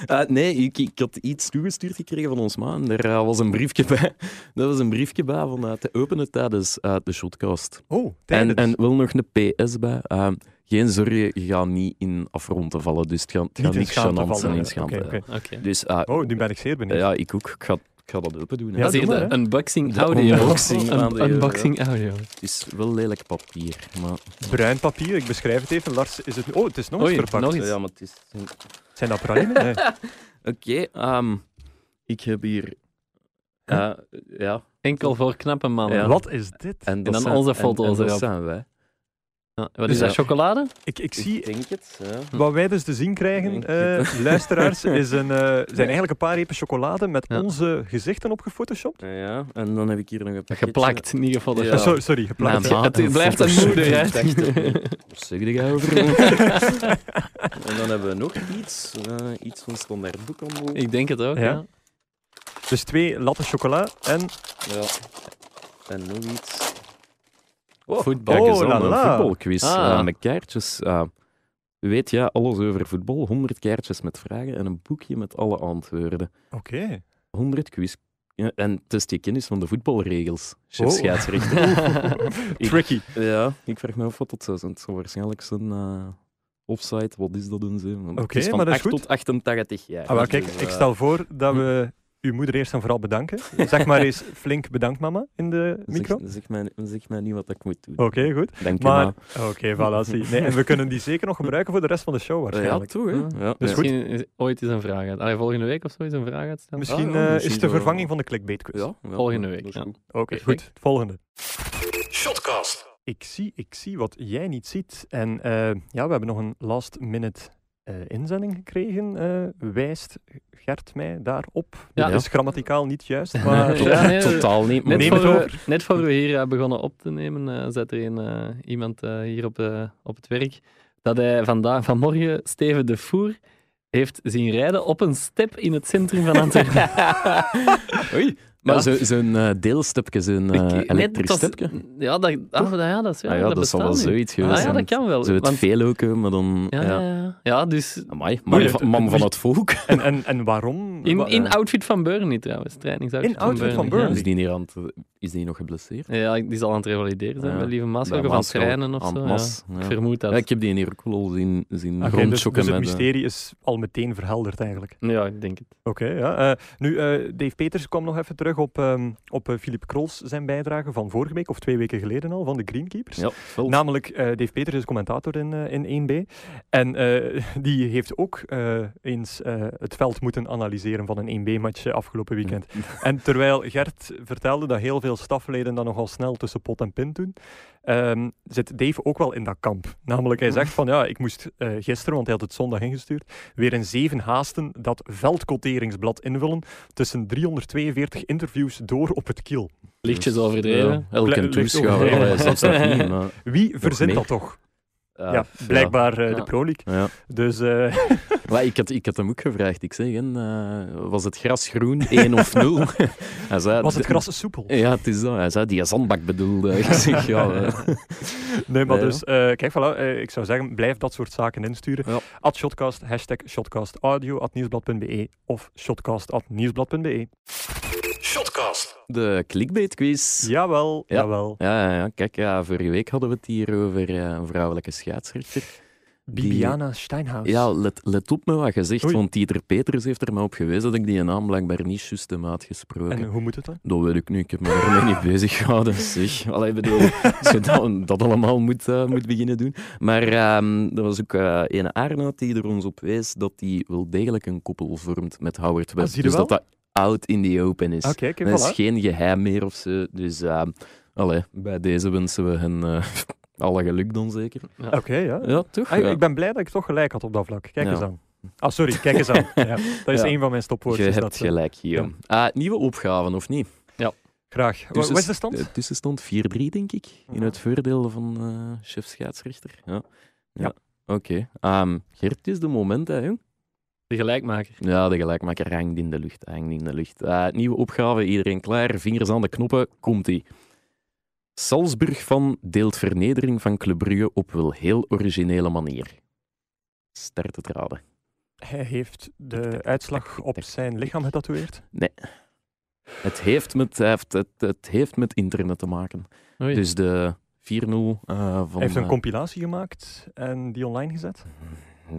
[SPEAKER 2] Eh, nee, ik, ik had iets toegestuurd gekregen van ons ma en daar eh, was een briefje bij. *laughs* Dat was een briefje bij van eh, te openen tijdens eh, de shotcast.
[SPEAKER 1] Oh,
[SPEAKER 2] En,
[SPEAKER 1] tijdens.
[SPEAKER 2] en wel nog een PS bij. eh, geen zorgen, je gaat niet in afrond te vallen, dus het gaat, het
[SPEAKER 1] niet
[SPEAKER 2] gaat
[SPEAKER 1] in
[SPEAKER 2] niks
[SPEAKER 1] schaamte
[SPEAKER 2] gênants
[SPEAKER 1] vallen.
[SPEAKER 2] zijn in
[SPEAKER 1] Oké,
[SPEAKER 2] schaamte.
[SPEAKER 1] oké.
[SPEAKER 2] ja.
[SPEAKER 4] Oké.
[SPEAKER 2] Dus eh,
[SPEAKER 1] Oh, nu ben ik zeer benieuwd.
[SPEAKER 2] ja, ik ook. Ik ga, ik ga dat open doen. hè.
[SPEAKER 1] Ja,
[SPEAKER 4] dat is
[SPEAKER 1] doe
[SPEAKER 4] hier
[SPEAKER 1] maar,
[SPEAKER 4] de
[SPEAKER 1] hè.
[SPEAKER 4] unboxing
[SPEAKER 2] De
[SPEAKER 4] audio.
[SPEAKER 2] unboxing
[SPEAKER 4] Un-
[SPEAKER 2] audio,
[SPEAKER 4] unboxing audio.
[SPEAKER 2] Het is wel lelijk papier, maar...
[SPEAKER 1] Bruin papier, ik beschrijf het even. Lars, is het... Oh, het is nog
[SPEAKER 4] Oei,
[SPEAKER 1] eens verpakt.
[SPEAKER 4] nog iets.
[SPEAKER 2] Ja, maar het is...
[SPEAKER 1] Zijn dat pralinen? Nee.
[SPEAKER 2] Oké, ehm, ik heb hier... eh, ja,
[SPEAKER 4] Enkel voor knappe mannen.
[SPEAKER 2] Ja.
[SPEAKER 1] Wat is dit?
[SPEAKER 2] En,
[SPEAKER 4] dan
[SPEAKER 2] zijn-
[SPEAKER 4] onze
[SPEAKER 2] en-
[SPEAKER 4] foto's
[SPEAKER 2] en dat
[SPEAKER 4] erop.
[SPEAKER 2] zijn wij.
[SPEAKER 4] Ja, Wat is
[SPEAKER 2] Ja.
[SPEAKER 4] dat, chocolade?
[SPEAKER 1] Ik, ik zie...
[SPEAKER 2] denk het. ja.
[SPEAKER 1] Wat wij dus te zien krijgen,
[SPEAKER 2] Denk
[SPEAKER 1] eh, *laughs* luisteraars, is een, eh, zijn eigenlijk een paar repen chocolade met
[SPEAKER 4] Ja.
[SPEAKER 1] onze gezichten op gefotoshopt.
[SPEAKER 2] Ja, en dan heb ik hier nog een pakketje.
[SPEAKER 4] Geplakt, niet gefotografeerd.
[SPEAKER 2] Ja.
[SPEAKER 1] Eh, so- sorry, geplaatst.
[SPEAKER 2] Mijn ma-
[SPEAKER 4] Het
[SPEAKER 2] een
[SPEAKER 4] blijft een
[SPEAKER 2] Photoshop
[SPEAKER 4] moeder, hè.
[SPEAKER 2] in tekst opnieuw. Wat zeg jij over? *laughs* en dan hebben we nog iets. eh, iets van standaard boekhandel.
[SPEAKER 4] *laughs* Ik denk het ook,
[SPEAKER 1] Ja.
[SPEAKER 4] ja.
[SPEAKER 1] Dus twee latten chocola en...
[SPEAKER 2] Ja. En nog iets.
[SPEAKER 4] Voetbal.
[SPEAKER 2] Kijk eens
[SPEAKER 1] Oh,
[SPEAKER 2] aan,
[SPEAKER 1] la
[SPEAKER 2] een
[SPEAKER 1] la.
[SPEAKER 2] voetbalquiz
[SPEAKER 4] Ah.
[SPEAKER 2] eh, met kaartjes. eh, weet jij alles over voetbal? 100 kaartjes met vragen en een boekje met alle antwoorden.
[SPEAKER 1] Oké.
[SPEAKER 2] 100 quiz. Ja, en test je kennis van de voetbalregels, chef
[SPEAKER 1] Oh.
[SPEAKER 2] scheidsrechter. *laughs*
[SPEAKER 1] Tricky.
[SPEAKER 2] ja, ik vraag me af wat dat zou zijn. Het zal waarschijnlijk zijn eh, offside, wat is dat een zin?
[SPEAKER 1] Oké,
[SPEAKER 2] het is van
[SPEAKER 1] maar dat is
[SPEAKER 2] 8 tot 88 jaar.
[SPEAKER 1] Ah, maar
[SPEAKER 2] Dus,
[SPEAKER 1] kijk,
[SPEAKER 2] eh,
[SPEAKER 1] ik stel voor dat we uw moeder eerst en vooral bedanken. Zeg
[SPEAKER 2] *laughs*
[SPEAKER 1] maar eens flink bedankt mama in de
[SPEAKER 2] zeg-
[SPEAKER 1] micro.
[SPEAKER 2] Zeg, mij, zeg mij niet wat ik moet doen.
[SPEAKER 1] Oké, goed.
[SPEAKER 2] Dank je
[SPEAKER 1] Maar,
[SPEAKER 2] maar.
[SPEAKER 1] oké, voilà, zie. Nee, en we kunnen die zeker nog gebruiken voor de rest van de show
[SPEAKER 2] Ja,
[SPEAKER 1] waarschijnlijk.
[SPEAKER 2] toch, hè? Ja.
[SPEAKER 1] Dus goed.
[SPEAKER 4] Misschien is- ooit eens een vraag uit. Allee, volgende week of zo eens een vraag uitstellen.
[SPEAKER 1] Misschien
[SPEAKER 2] Ah, ja,
[SPEAKER 1] eh,
[SPEAKER 2] misschien
[SPEAKER 1] is het de
[SPEAKER 2] wel.
[SPEAKER 1] vervanging van de clickbait quiz.
[SPEAKER 2] Ja, ja,
[SPEAKER 4] Volgende
[SPEAKER 2] ja,
[SPEAKER 4] week,
[SPEAKER 2] dat is
[SPEAKER 4] ja.
[SPEAKER 2] goed.
[SPEAKER 1] Oké, goed. Het volgende. Ik zie, ik zie wat jij niet ziet. En eh, ja, we hebben nog een last minute eh, inzending gekregen. eh, wijst Gert mij daarop.
[SPEAKER 4] Ja.
[SPEAKER 1] Dat is grammaticaal niet
[SPEAKER 4] *laughs*
[SPEAKER 1] juist, maar...
[SPEAKER 2] Maar-
[SPEAKER 4] Ja, nee,
[SPEAKER 2] Totaal niet. Maar
[SPEAKER 4] Net,
[SPEAKER 1] Neem
[SPEAKER 4] voor,
[SPEAKER 1] het
[SPEAKER 4] we-
[SPEAKER 1] over.
[SPEAKER 4] net voor we hier eh, begonnen op te nemen, eh zat er een, eh, iemand eh, hier op, eh, op het werk dat hij vandaag, vanmorgen Steven de Voer heeft zien rijden op een step in het centrum van Antwerpen.
[SPEAKER 2] *laughs* Oei. Maar
[SPEAKER 4] Ja.
[SPEAKER 2] zo- zo'n eh deelstepje, zo'n eh,
[SPEAKER 4] Ik- net,
[SPEAKER 2] elektrisch
[SPEAKER 4] dat-
[SPEAKER 2] stepje.
[SPEAKER 4] Ja, dat, ah, ja, dat is wel.
[SPEAKER 2] Ah ja, dat, zal
[SPEAKER 4] bestaat
[SPEAKER 2] wel
[SPEAKER 4] nu.
[SPEAKER 2] zoiets geweest
[SPEAKER 4] Ah ja,
[SPEAKER 2] zijn.
[SPEAKER 4] dat kan wel.
[SPEAKER 2] Zo het
[SPEAKER 4] want-
[SPEAKER 2] veloke, maar dan...
[SPEAKER 4] ja,
[SPEAKER 2] ja.
[SPEAKER 4] ja, ja. ja, dus
[SPEAKER 2] Amai, man,
[SPEAKER 1] Moeilijk.
[SPEAKER 2] van, man van het volk.
[SPEAKER 1] En, en, en waarom?
[SPEAKER 4] in,
[SPEAKER 1] Wa- eh,
[SPEAKER 4] in
[SPEAKER 2] eh,
[SPEAKER 4] outfit van Burnley trouwens. Trainingsoutfit
[SPEAKER 1] In outfit van
[SPEAKER 4] ja.
[SPEAKER 1] Burnley.
[SPEAKER 2] Is die, niet aan het- is die nog geblesseerd?
[SPEAKER 4] Ja, die zal aan het revalideren zijn
[SPEAKER 2] Ja.
[SPEAKER 4] bij Lieve Maas.
[SPEAKER 2] Bij
[SPEAKER 4] Of aan het
[SPEAKER 2] Maas wel.
[SPEAKER 4] trainen of
[SPEAKER 2] Aan
[SPEAKER 4] zo.
[SPEAKER 2] het
[SPEAKER 4] ja.
[SPEAKER 2] Maas, ja.
[SPEAKER 4] Ik vermoed dat.
[SPEAKER 2] Ja, ik heb die hier ook wel zien, zien
[SPEAKER 1] Oké, dus,
[SPEAKER 2] rondschokken
[SPEAKER 1] dus het
[SPEAKER 2] met, eh,
[SPEAKER 1] mysterie is al meteen verhelderd eigenlijk.
[SPEAKER 4] Ja, ik denk het.
[SPEAKER 1] Oké, ja. eh, nu, eh, Dave Peters kwam nog even terug op, ehm op eh, Philippe Krols zijn bijdrage van vorige week of twee weken geleden al, van de Greenkeepers.
[SPEAKER 2] Ja, veld.
[SPEAKER 1] Namelijk, eh, Dave Peters is commentator in, eh, in 1B. En eh, *laughs* die heeft ook eh, eens eh, het veld moeten analyseren van een 1B-match afgelopen weekend. En terwijl Gert vertelde dat heel veel stafleden dat nogal snel tussen pot en pint doen, ehm, zit Dave ook wel in dat kamp. Namelijk, hij zegt van ja, ik moest eh, gisteren, want hij had het zondag ingestuurd, weer in zeven haasten dat veldcoteringsblad invullen tussen 342 interviews door op het kiel.
[SPEAKER 4] Lichtjes
[SPEAKER 2] Dus,
[SPEAKER 4] overdreven.
[SPEAKER 2] ja, elke
[SPEAKER 1] Ligt
[SPEAKER 2] toeschouwer,
[SPEAKER 1] overdreven.
[SPEAKER 2] allee, zelfs dat niet, maar...
[SPEAKER 1] Wie verzint
[SPEAKER 2] meer.
[SPEAKER 1] dat toch?
[SPEAKER 2] eh,
[SPEAKER 1] *laughs* ja, blijkbaar eh,
[SPEAKER 4] Ja.
[SPEAKER 1] de Pro League.
[SPEAKER 2] Ja. Ja.
[SPEAKER 1] Dus eh,
[SPEAKER 2] Maar ik, had, ik had hem ook gevraagd. Ik zeg, en, eh, was het gras groen, *laughs* 1 of 0? Hij
[SPEAKER 1] *laughs*
[SPEAKER 2] zei,
[SPEAKER 1] was het gras soepel?
[SPEAKER 2] Ja, het is dat. Hij zei, die zandbak bedoelde. *laughs* Ik zeg,
[SPEAKER 1] *laughs*
[SPEAKER 2] ja... eh,
[SPEAKER 1] Nee, maar
[SPEAKER 2] Nee,
[SPEAKER 1] dus, eh, kijk, voilà, eh, ik zou zeggen, blijf dat soort zaken insturen.
[SPEAKER 2] Ja.
[SPEAKER 1] At shotcast, hashtag shotcastaudio, at nieuwsblad.be of shotcast at nieuwsblad.be.
[SPEAKER 3] Shotcast.
[SPEAKER 2] de clickbait quiz.
[SPEAKER 1] Jawel,
[SPEAKER 2] Ja.
[SPEAKER 1] jawel.
[SPEAKER 2] Ja, ja, ja. kijk, ja, vorige week hadden we het hier over eh, een vrouwelijke scheidsrechter. Die-
[SPEAKER 1] Bibiana Steinhaus.
[SPEAKER 2] Ja, let, let op met wat je zegt,
[SPEAKER 1] Oei.
[SPEAKER 2] want Dieter Peters heeft er mij op gewezen dat ik die naam blijkbaar niet juist heb uitgesproken.
[SPEAKER 1] En hoe moet het dan?
[SPEAKER 2] Dat weet ik nu, ik heb me ermee niet
[SPEAKER 1] *laughs*
[SPEAKER 2] bezig gehouden. Zeg. Allee, ik bedoel, als je dat, dat allemaal moet, eh, moet beginnen doen. Maar ehm er was ook eh een Arnoud die er ons op wees dat die wel degelijk een koppel vormt met Howard Webb.
[SPEAKER 1] Ah, zie je
[SPEAKER 2] dus
[SPEAKER 1] wel?
[SPEAKER 2] dat dat out in the open is.
[SPEAKER 1] Ah, kijk,
[SPEAKER 2] Dat
[SPEAKER 1] voilà.
[SPEAKER 2] is geen geheim meer of zo. Dus ehm, allee, bij deze wensen we hen eh, *laughs* alle geluk dan zeker.
[SPEAKER 1] Oké, ja.
[SPEAKER 2] Ja, toch?
[SPEAKER 1] Ah,
[SPEAKER 2] Ja.
[SPEAKER 1] ik ben blij dat ik toch gelijk had op dat vlak. Kijk
[SPEAKER 2] Ja.
[SPEAKER 1] eens aan. Ah, sorry, kijk
[SPEAKER 2] *laughs*
[SPEAKER 1] eens aan. Ja, dat is
[SPEAKER 2] Ja.
[SPEAKER 1] een van mijn stopwoordjes.
[SPEAKER 2] Je
[SPEAKER 1] dat,
[SPEAKER 2] hebt
[SPEAKER 1] eh,
[SPEAKER 2] gelijk, Guillaume. Ah, nieuwe opgaven, of niet?
[SPEAKER 1] Graag. Wa-
[SPEAKER 2] Tussen-
[SPEAKER 1] Wat is de stand? Ah.
[SPEAKER 2] eh, tussenstand 4-3, denk ik. In het voordeel van eh chef scheidsrechter. Ja. ja.
[SPEAKER 1] Ja.
[SPEAKER 2] Oké. Ehm, Gert het is de moment, hè, jong?
[SPEAKER 4] De gelijkmaker.
[SPEAKER 2] Ja, de gelijkmaker hangt in de lucht. Hangt in de lucht. Eh, nieuwe opgave, iedereen klaar. Vingers aan de knoppen, komt-ie. Salzburg van deelt vernedering van Club Brugge op wel heel originele manier. Start het raden.
[SPEAKER 1] Hij heeft de uitslag op zijn lichaam getatoeëerd.
[SPEAKER 2] Het heeft met, hij heeft- het, het heeft met internet te maken.
[SPEAKER 4] Oei.
[SPEAKER 2] Dus de 4-0 eh, van...
[SPEAKER 1] Hij heeft een
[SPEAKER 2] eh,
[SPEAKER 1] compilatie gemaakt en die online gezet.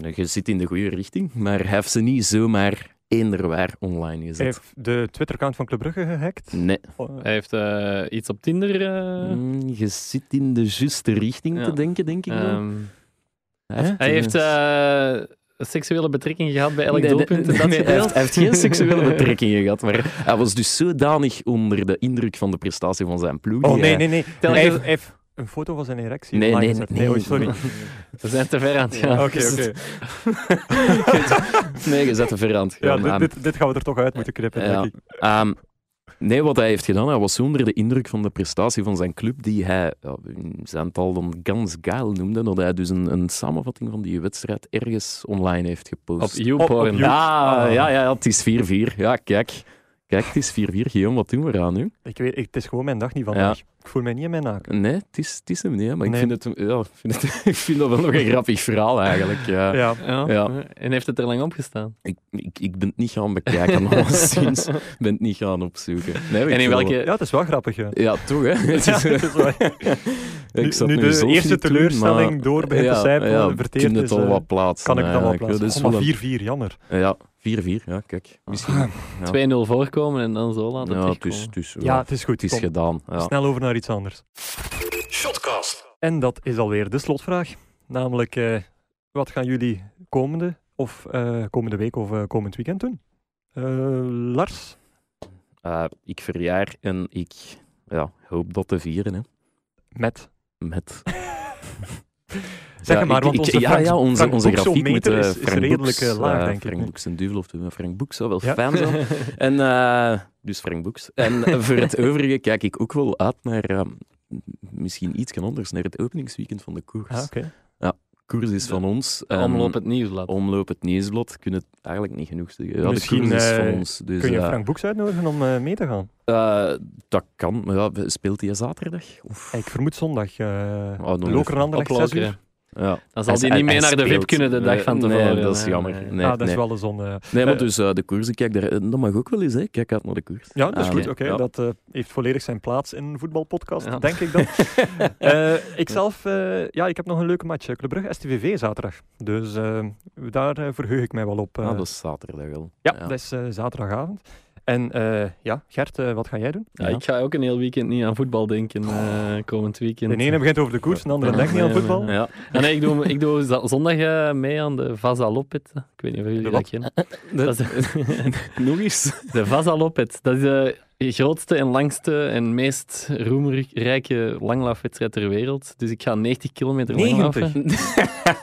[SPEAKER 2] eh, Je zit in de goede richting, maar hij heeft ze niet zomaar eenderwaar online
[SPEAKER 1] Hij
[SPEAKER 2] gezet.
[SPEAKER 1] heeft de Twitter-account van Club Brugge gehackt.
[SPEAKER 2] Nee,
[SPEAKER 1] Oh,
[SPEAKER 4] Hij heeft eh, iets op Tinder. eh,
[SPEAKER 2] Mm, je zit in de juiste richting
[SPEAKER 4] Ja.
[SPEAKER 2] te denken, denk ik. dan.
[SPEAKER 4] ehm,
[SPEAKER 2] Hij heeft,
[SPEAKER 4] hij
[SPEAKER 2] eh,
[SPEAKER 4] heeft eh, seksuele betrekking gehad bij elk
[SPEAKER 2] nee, nee, *laughs*
[SPEAKER 4] doelpunt.
[SPEAKER 2] nee,
[SPEAKER 4] dat
[SPEAKER 2] nee, hij, heeft,
[SPEAKER 4] gedeeld.
[SPEAKER 2] hij heeft
[SPEAKER 4] *laughs*
[SPEAKER 2] geen seksuele betrekkingen gehad, maar hij was dus zodanig onder de indruk van de prestatie van zijn ploeg.
[SPEAKER 1] Oh,
[SPEAKER 2] die
[SPEAKER 1] nee,
[SPEAKER 2] hij-
[SPEAKER 1] nee, nee.
[SPEAKER 4] Tel
[SPEAKER 1] Hij
[SPEAKER 4] je-
[SPEAKER 1] heeft, hij heeft een foto van zijn erectie
[SPEAKER 2] Nee,
[SPEAKER 1] online
[SPEAKER 2] nee,
[SPEAKER 1] gezet.
[SPEAKER 2] nee,
[SPEAKER 1] Nee, oei,
[SPEAKER 2] nee.
[SPEAKER 1] sorry.
[SPEAKER 4] *laughs*
[SPEAKER 2] *laughs*
[SPEAKER 4] We zijn te ver aan het gaan.
[SPEAKER 1] Oké, oké.
[SPEAKER 2] Nee, je zet er ver aan het
[SPEAKER 1] Ja,
[SPEAKER 2] gaan.
[SPEAKER 1] dit,
[SPEAKER 2] Ehm,
[SPEAKER 1] dit, dit gaan we er toch uit moeten knippen,
[SPEAKER 2] Ja.
[SPEAKER 1] denk ik.
[SPEAKER 2] Ehm, nee, wat hij heeft gedaan, hij was zo onder de indruk van de prestatie van zijn club, die hij ja, in zijn tal dan Gans Geil noemde, dat hij dus een, een samenvatting van die wedstrijd ergens online heeft
[SPEAKER 4] *laughs* Op
[SPEAKER 2] gepost.
[SPEAKER 4] YouPorn.
[SPEAKER 1] op You-
[SPEAKER 2] ja,
[SPEAKER 1] Ah.
[SPEAKER 2] ja, ja, het is 4-4. Ja, kijk. Kijk, het is 4-4. Guillaume, wat doen we eraan nu?
[SPEAKER 1] Ik weet, ik- het is gewoon mijn dag niet vandaag. Ik voel mij niet in mijn naak.
[SPEAKER 2] Nee, het is, het is hem niet, hè, maar
[SPEAKER 1] Nee.
[SPEAKER 2] ik, vind het, ja, ik, vind het, *laughs* ik vind dat wel nog een grappig verhaal eigenlijk. Ja.
[SPEAKER 1] Ja.
[SPEAKER 4] Ja.
[SPEAKER 2] Ja.
[SPEAKER 4] En heeft het er lang op gestaan?
[SPEAKER 2] Ik, ik, ik ben het niet
[SPEAKER 4] *laughs*
[SPEAKER 2] gaan bekijken, *laughs* alleszins. Ik ben het niet gaan opzoeken. Nee, ik
[SPEAKER 4] En in
[SPEAKER 2] wil-
[SPEAKER 4] welke...
[SPEAKER 1] ja, het is wel grappig. Ja.
[SPEAKER 2] Ja, toch,
[SPEAKER 1] *laughs*
[SPEAKER 2] hè? Het is-
[SPEAKER 1] Ja, het is wel-
[SPEAKER 2] *laughs* ik zat
[SPEAKER 1] nu, nu de
[SPEAKER 2] zelf
[SPEAKER 1] eerste
[SPEAKER 2] niet toe,
[SPEAKER 1] teleurstelling
[SPEAKER 2] maar-
[SPEAKER 1] door begint te zijpelen, verteerd
[SPEAKER 2] kan het
[SPEAKER 1] is,
[SPEAKER 2] al
[SPEAKER 1] eh,
[SPEAKER 2] wat plaatsen.
[SPEAKER 1] Kan ik dan wel
[SPEAKER 2] eigenlijk. Ja,
[SPEAKER 1] plaatsen? Ah,
[SPEAKER 2] dat is
[SPEAKER 1] Oh,
[SPEAKER 2] wel
[SPEAKER 1] maar
[SPEAKER 2] een-
[SPEAKER 1] 4-4, jammer.
[SPEAKER 2] Ja, 4-4, ja, kijk. Misschien. Ja,
[SPEAKER 4] 2-0 voorkomen en dan zo laten
[SPEAKER 2] ja, dus- het
[SPEAKER 4] terugkomen.
[SPEAKER 2] is, het is,
[SPEAKER 1] Ja,
[SPEAKER 2] ja,
[SPEAKER 1] het is goed.
[SPEAKER 2] het is
[SPEAKER 1] Kom,
[SPEAKER 2] gedaan. Ja.
[SPEAKER 1] Snel over naar iets anders.
[SPEAKER 3] Shotcast.
[SPEAKER 1] En dat is alweer de slotvraag. Namelijk, eh, wat gaan jullie komende, of, eh, komende week of eh, komend weekend doen? Eh, Lars?
[SPEAKER 2] Eh, ik verjaar en ik ja, hoop dat te vieren, hè.
[SPEAKER 1] Met.
[SPEAKER 2] Met...
[SPEAKER 1] Zeg
[SPEAKER 2] Ja,
[SPEAKER 1] maar,
[SPEAKER 2] ik-
[SPEAKER 1] want
[SPEAKER 2] ik-
[SPEAKER 1] onze Frank-
[SPEAKER 2] ja, ja, onze,
[SPEAKER 1] Frank
[SPEAKER 2] onze
[SPEAKER 1] Boeks zo'n
[SPEAKER 2] grafiek met
[SPEAKER 1] meter
[SPEAKER 2] eh,
[SPEAKER 1] is- is
[SPEAKER 2] Frank
[SPEAKER 1] redelijk,
[SPEAKER 2] Boeks,
[SPEAKER 1] eh, laag,
[SPEAKER 2] eh,
[SPEAKER 1] denk ik nu.
[SPEAKER 2] Frank Boeks en Duvel of de Frank Boeks zou wel
[SPEAKER 1] Ja.
[SPEAKER 2] fijn zijn.
[SPEAKER 4] *laughs*
[SPEAKER 2] En eh, dus Frank Boeks. En *laughs* eh, voor het overige kijk ik ook wel uit naar eh, misschien iets anders, naar het openingsweekend van de koers.
[SPEAKER 1] Ah, oké.
[SPEAKER 2] koers is van ons. en
[SPEAKER 4] Omloop het nieuwsblad.
[SPEAKER 2] Omloop het nieuwsblad. Kunnen het eigenlijk niet genoeg zeggen. Ja,
[SPEAKER 1] Misschien,
[SPEAKER 2] de koers is
[SPEAKER 1] eh,
[SPEAKER 2] van ons. Dus,
[SPEAKER 1] Kun je
[SPEAKER 2] eh,
[SPEAKER 1] Frank Boeks uitnodigen om eh, mee te gaan?
[SPEAKER 2] eh, dat kan. Maar ja, speelt hij zaterdag? Of?
[SPEAKER 1] Ik vermoed zondag. eh
[SPEAKER 2] Oh, dan moet-
[SPEAKER 1] Lokeren Anderlecht, 6 uur.
[SPEAKER 4] Oplokeren.
[SPEAKER 2] Ja.
[SPEAKER 4] Dan
[SPEAKER 2] Hij-
[SPEAKER 4] zal die
[SPEAKER 2] hij-
[SPEAKER 4] niet mee
[SPEAKER 2] hij
[SPEAKER 4] naar de VIP
[SPEAKER 2] speelt.
[SPEAKER 4] kunnen de dag
[SPEAKER 2] Nee,
[SPEAKER 4] van tevoren.
[SPEAKER 2] Nee, dat is
[SPEAKER 4] Nee,
[SPEAKER 2] jammer.
[SPEAKER 4] nee.
[SPEAKER 2] Nee,
[SPEAKER 1] ah, dat
[SPEAKER 2] nee.
[SPEAKER 1] is wel eens zonde. ja.
[SPEAKER 2] Nee, maar
[SPEAKER 1] Eh,
[SPEAKER 2] dus eh, de koers, ik kijk daar, eh, dat mag ook wel eens, hè. kijk uit naar de koers.
[SPEAKER 1] Ja, dat is
[SPEAKER 2] Ah,
[SPEAKER 1] goed.
[SPEAKER 2] oké.
[SPEAKER 1] Oké,
[SPEAKER 2] Ja.
[SPEAKER 1] dat eh, heeft volledig zijn plaats in een voetbalpodcast,
[SPEAKER 4] Ja.
[SPEAKER 1] denk
[SPEAKER 2] *laughs*
[SPEAKER 1] ik dan. Eh ikzelf, eh, ja, ik heb nog een leuke match. eh, Club Brugge, STVV zaterdag. Dus eh, daar eh, verheug ik mij wel op. eh.
[SPEAKER 2] Ah, dat is zaterdag wel.
[SPEAKER 1] ja, dat is eh, zaterdagavond. En eh, ja, Gert, eh, wat ga jij doen?
[SPEAKER 4] Ja,
[SPEAKER 2] Ah,
[SPEAKER 4] Ik ga ook een heel weekend niet aan voetbal denken eh, komend weekend.
[SPEAKER 1] De ene begint over de koers, de andere denkt niet aan
[SPEAKER 4] Nee,
[SPEAKER 1] voetbal.
[SPEAKER 4] nee,
[SPEAKER 2] Ja.
[SPEAKER 4] Ah, nee, ik doe, ik doe za- zondag eh, mee aan de Vazalopet. Ik weet niet of jullie
[SPEAKER 1] De
[SPEAKER 4] dat
[SPEAKER 1] wat?
[SPEAKER 4] kennen. Dat is-
[SPEAKER 2] *laughs* Nog eens.
[SPEAKER 4] de Vazalopet. Dat is de grootste en langste en meest roemrijke langlaafwedstrijd ter wereld. Dus ik ga 90 kilometer
[SPEAKER 1] 90?
[SPEAKER 4] langlaufen.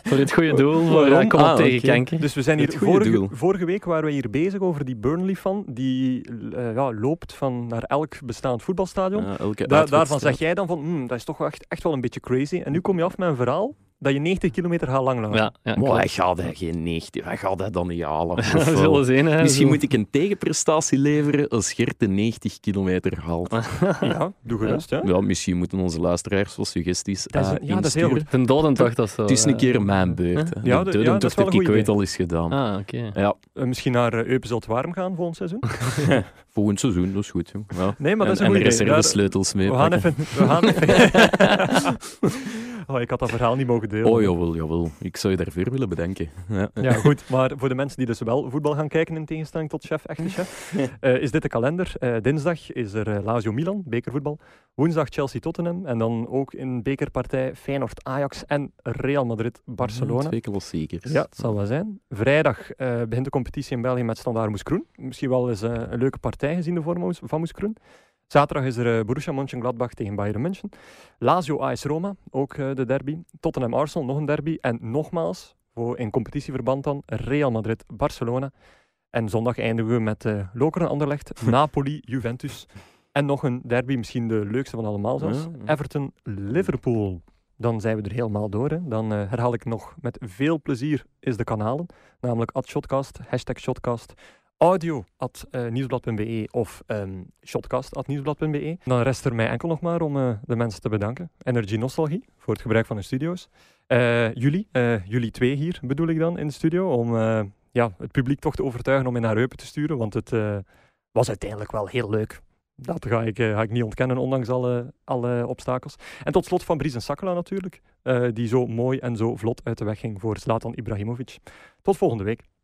[SPEAKER 4] voor het goede doel, voor
[SPEAKER 2] Waarom?
[SPEAKER 4] eh, Kom op
[SPEAKER 2] Ah,
[SPEAKER 4] tegen
[SPEAKER 2] oké.
[SPEAKER 4] kanker.
[SPEAKER 1] Dus we zijn
[SPEAKER 2] Het
[SPEAKER 1] hier
[SPEAKER 2] goede doel.
[SPEAKER 1] vorige, vorige week waren we hier bezig over die Burnley-fan die eh, ja, loopt van naar elk bestaand voetbalstadion.
[SPEAKER 2] Ja, elke
[SPEAKER 1] Da- daarvan
[SPEAKER 2] uitwedstrijd.
[SPEAKER 1] zeg jij dan van, "Hmm, dat is toch wel echt, echt wel een beetje crazy. En nu kom je af met een verhaal dat je 90 kilometer gaat lang lopen.
[SPEAKER 4] Ja, ja, klopt. *laughs*
[SPEAKER 2] Maar hij gaat hij geen 90, hij gaat hij dan niet
[SPEAKER 1] *laughs*
[SPEAKER 2] halen. Of
[SPEAKER 4] We
[SPEAKER 2] wel.
[SPEAKER 4] zullen zien. Hè,
[SPEAKER 2] Misschien
[SPEAKER 4] Zo.
[SPEAKER 2] moet ik een tegenprestatie leveren als Gert de 90 kilometer haalt.
[SPEAKER 4] *laughs*
[SPEAKER 1] Ja, doe gerust. Hè?
[SPEAKER 2] Ja, misschien moeten onze luisteraars wel suggesties
[SPEAKER 1] Dat is
[SPEAKER 2] eh,
[SPEAKER 1] een- ja, dat is heel
[SPEAKER 2] insturen.
[SPEAKER 1] goed.
[SPEAKER 4] Een dodentocht of zo.
[SPEAKER 2] Het is een
[SPEAKER 4] eh.
[SPEAKER 2] keer mijn beurt. hè.
[SPEAKER 1] Ja, dat- ja,
[SPEAKER 2] de
[SPEAKER 1] dat is
[SPEAKER 2] dodentocht
[SPEAKER 1] wel
[SPEAKER 2] heb
[SPEAKER 1] een
[SPEAKER 2] ik
[SPEAKER 1] goeie.
[SPEAKER 2] ooit al eens gedaan.
[SPEAKER 4] Ah, oké.
[SPEAKER 2] Ja,
[SPEAKER 1] *laughs* Eh, misschien naar uh, Eupenzelt Warm gaan volgend seizoen.
[SPEAKER 2] volgend seizoen, dat is goed. jong. Ja.
[SPEAKER 1] Nee, maar dat is
[SPEAKER 2] en,
[SPEAKER 1] een
[SPEAKER 2] en de
[SPEAKER 1] goeie idee.
[SPEAKER 2] reservesleutels mee.
[SPEAKER 1] We gaan
[SPEAKER 2] pakken.
[SPEAKER 1] even... We gaan
[SPEAKER 2] *laughs*
[SPEAKER 1] even- oh, ik had dat verhaal niet mogen delen.
[SPEAKER 2] Oh, jawel, jawel. Ik zou je daarvoor willen bedenken. Ja.
[SPEAKER 1] Ja, goed. Maar voor de mensen die dus wel voetbal gaan kijken, in tegenstelling tot chef, echte
[SPEAKER 2] *laughs*
[SPEAKER 1] chef, eh, is dit de kalender. Eh, dinsdag is er eh, Lazio Milan, bekervoetbal. Woensdag Chelsea Tottenham. En dan ook in bekerpartij Feyenoord Ajax en Real Madrid Barcelona.
[SPEAKER 2] Twee klassiekers.
[SPEAKER 1] Ja, het zal wel zijn. Vrijdag eh, begint de competitie in België met Standaard Moeskroen. Misschien wel eens eh, een leuke partij gezien de vorm van- van Moeskroen. Zaterdag is er eh, Borussia Mönchengladbach tegen Bayern München. Lazio AS Roma, ook eh, de derby. Tottenham Arsenal, nog een derby. En nogmaals, voor, in competitieverband dan, Real Madrid
[SPEAKER 2] *laughs*
[SPEAKER 1] Barcelona. En zondag eindigen we met eh Lokeren Anderlecht, Napoli Juventus. En nog een derby, misschien de leukste van allemaal zelfs.
[SPEAKER 2] Ja, ja.
[SPEAKER 1] Everton-Liverpool. Dan zijn we er helemaal door. Hè. Dan eh, herhaal ik nog met veel plezier is de kanalen. Namelijk at Shotcast, hashtag Shotcast, audio at eh, nieuwsblad.be of ehm shotcast at nieuwsblad.be. E. Dan rest er mij enkel nog maar om eh, de mensen te bedanken. Energy Nostalgie voor het gebruik van hun studio's. Eh, jullie, eh, jullie twee hier bedoel ik dan in de studio, om eh, ja, het publiek toch te overtuigen om in naar Heupen te sturen. Want het eh, was uiteindelijk wel heel leuk. Dat ga ik, eh, ga ik niet ontkennen, ondanks alle, alle obstakels. En tot slot van Bries en Sakala natuurlijk, eh, die zo mooi en zo vlot uit de weg ging voor Zlatan Ibrahimovic. Tot volgende week.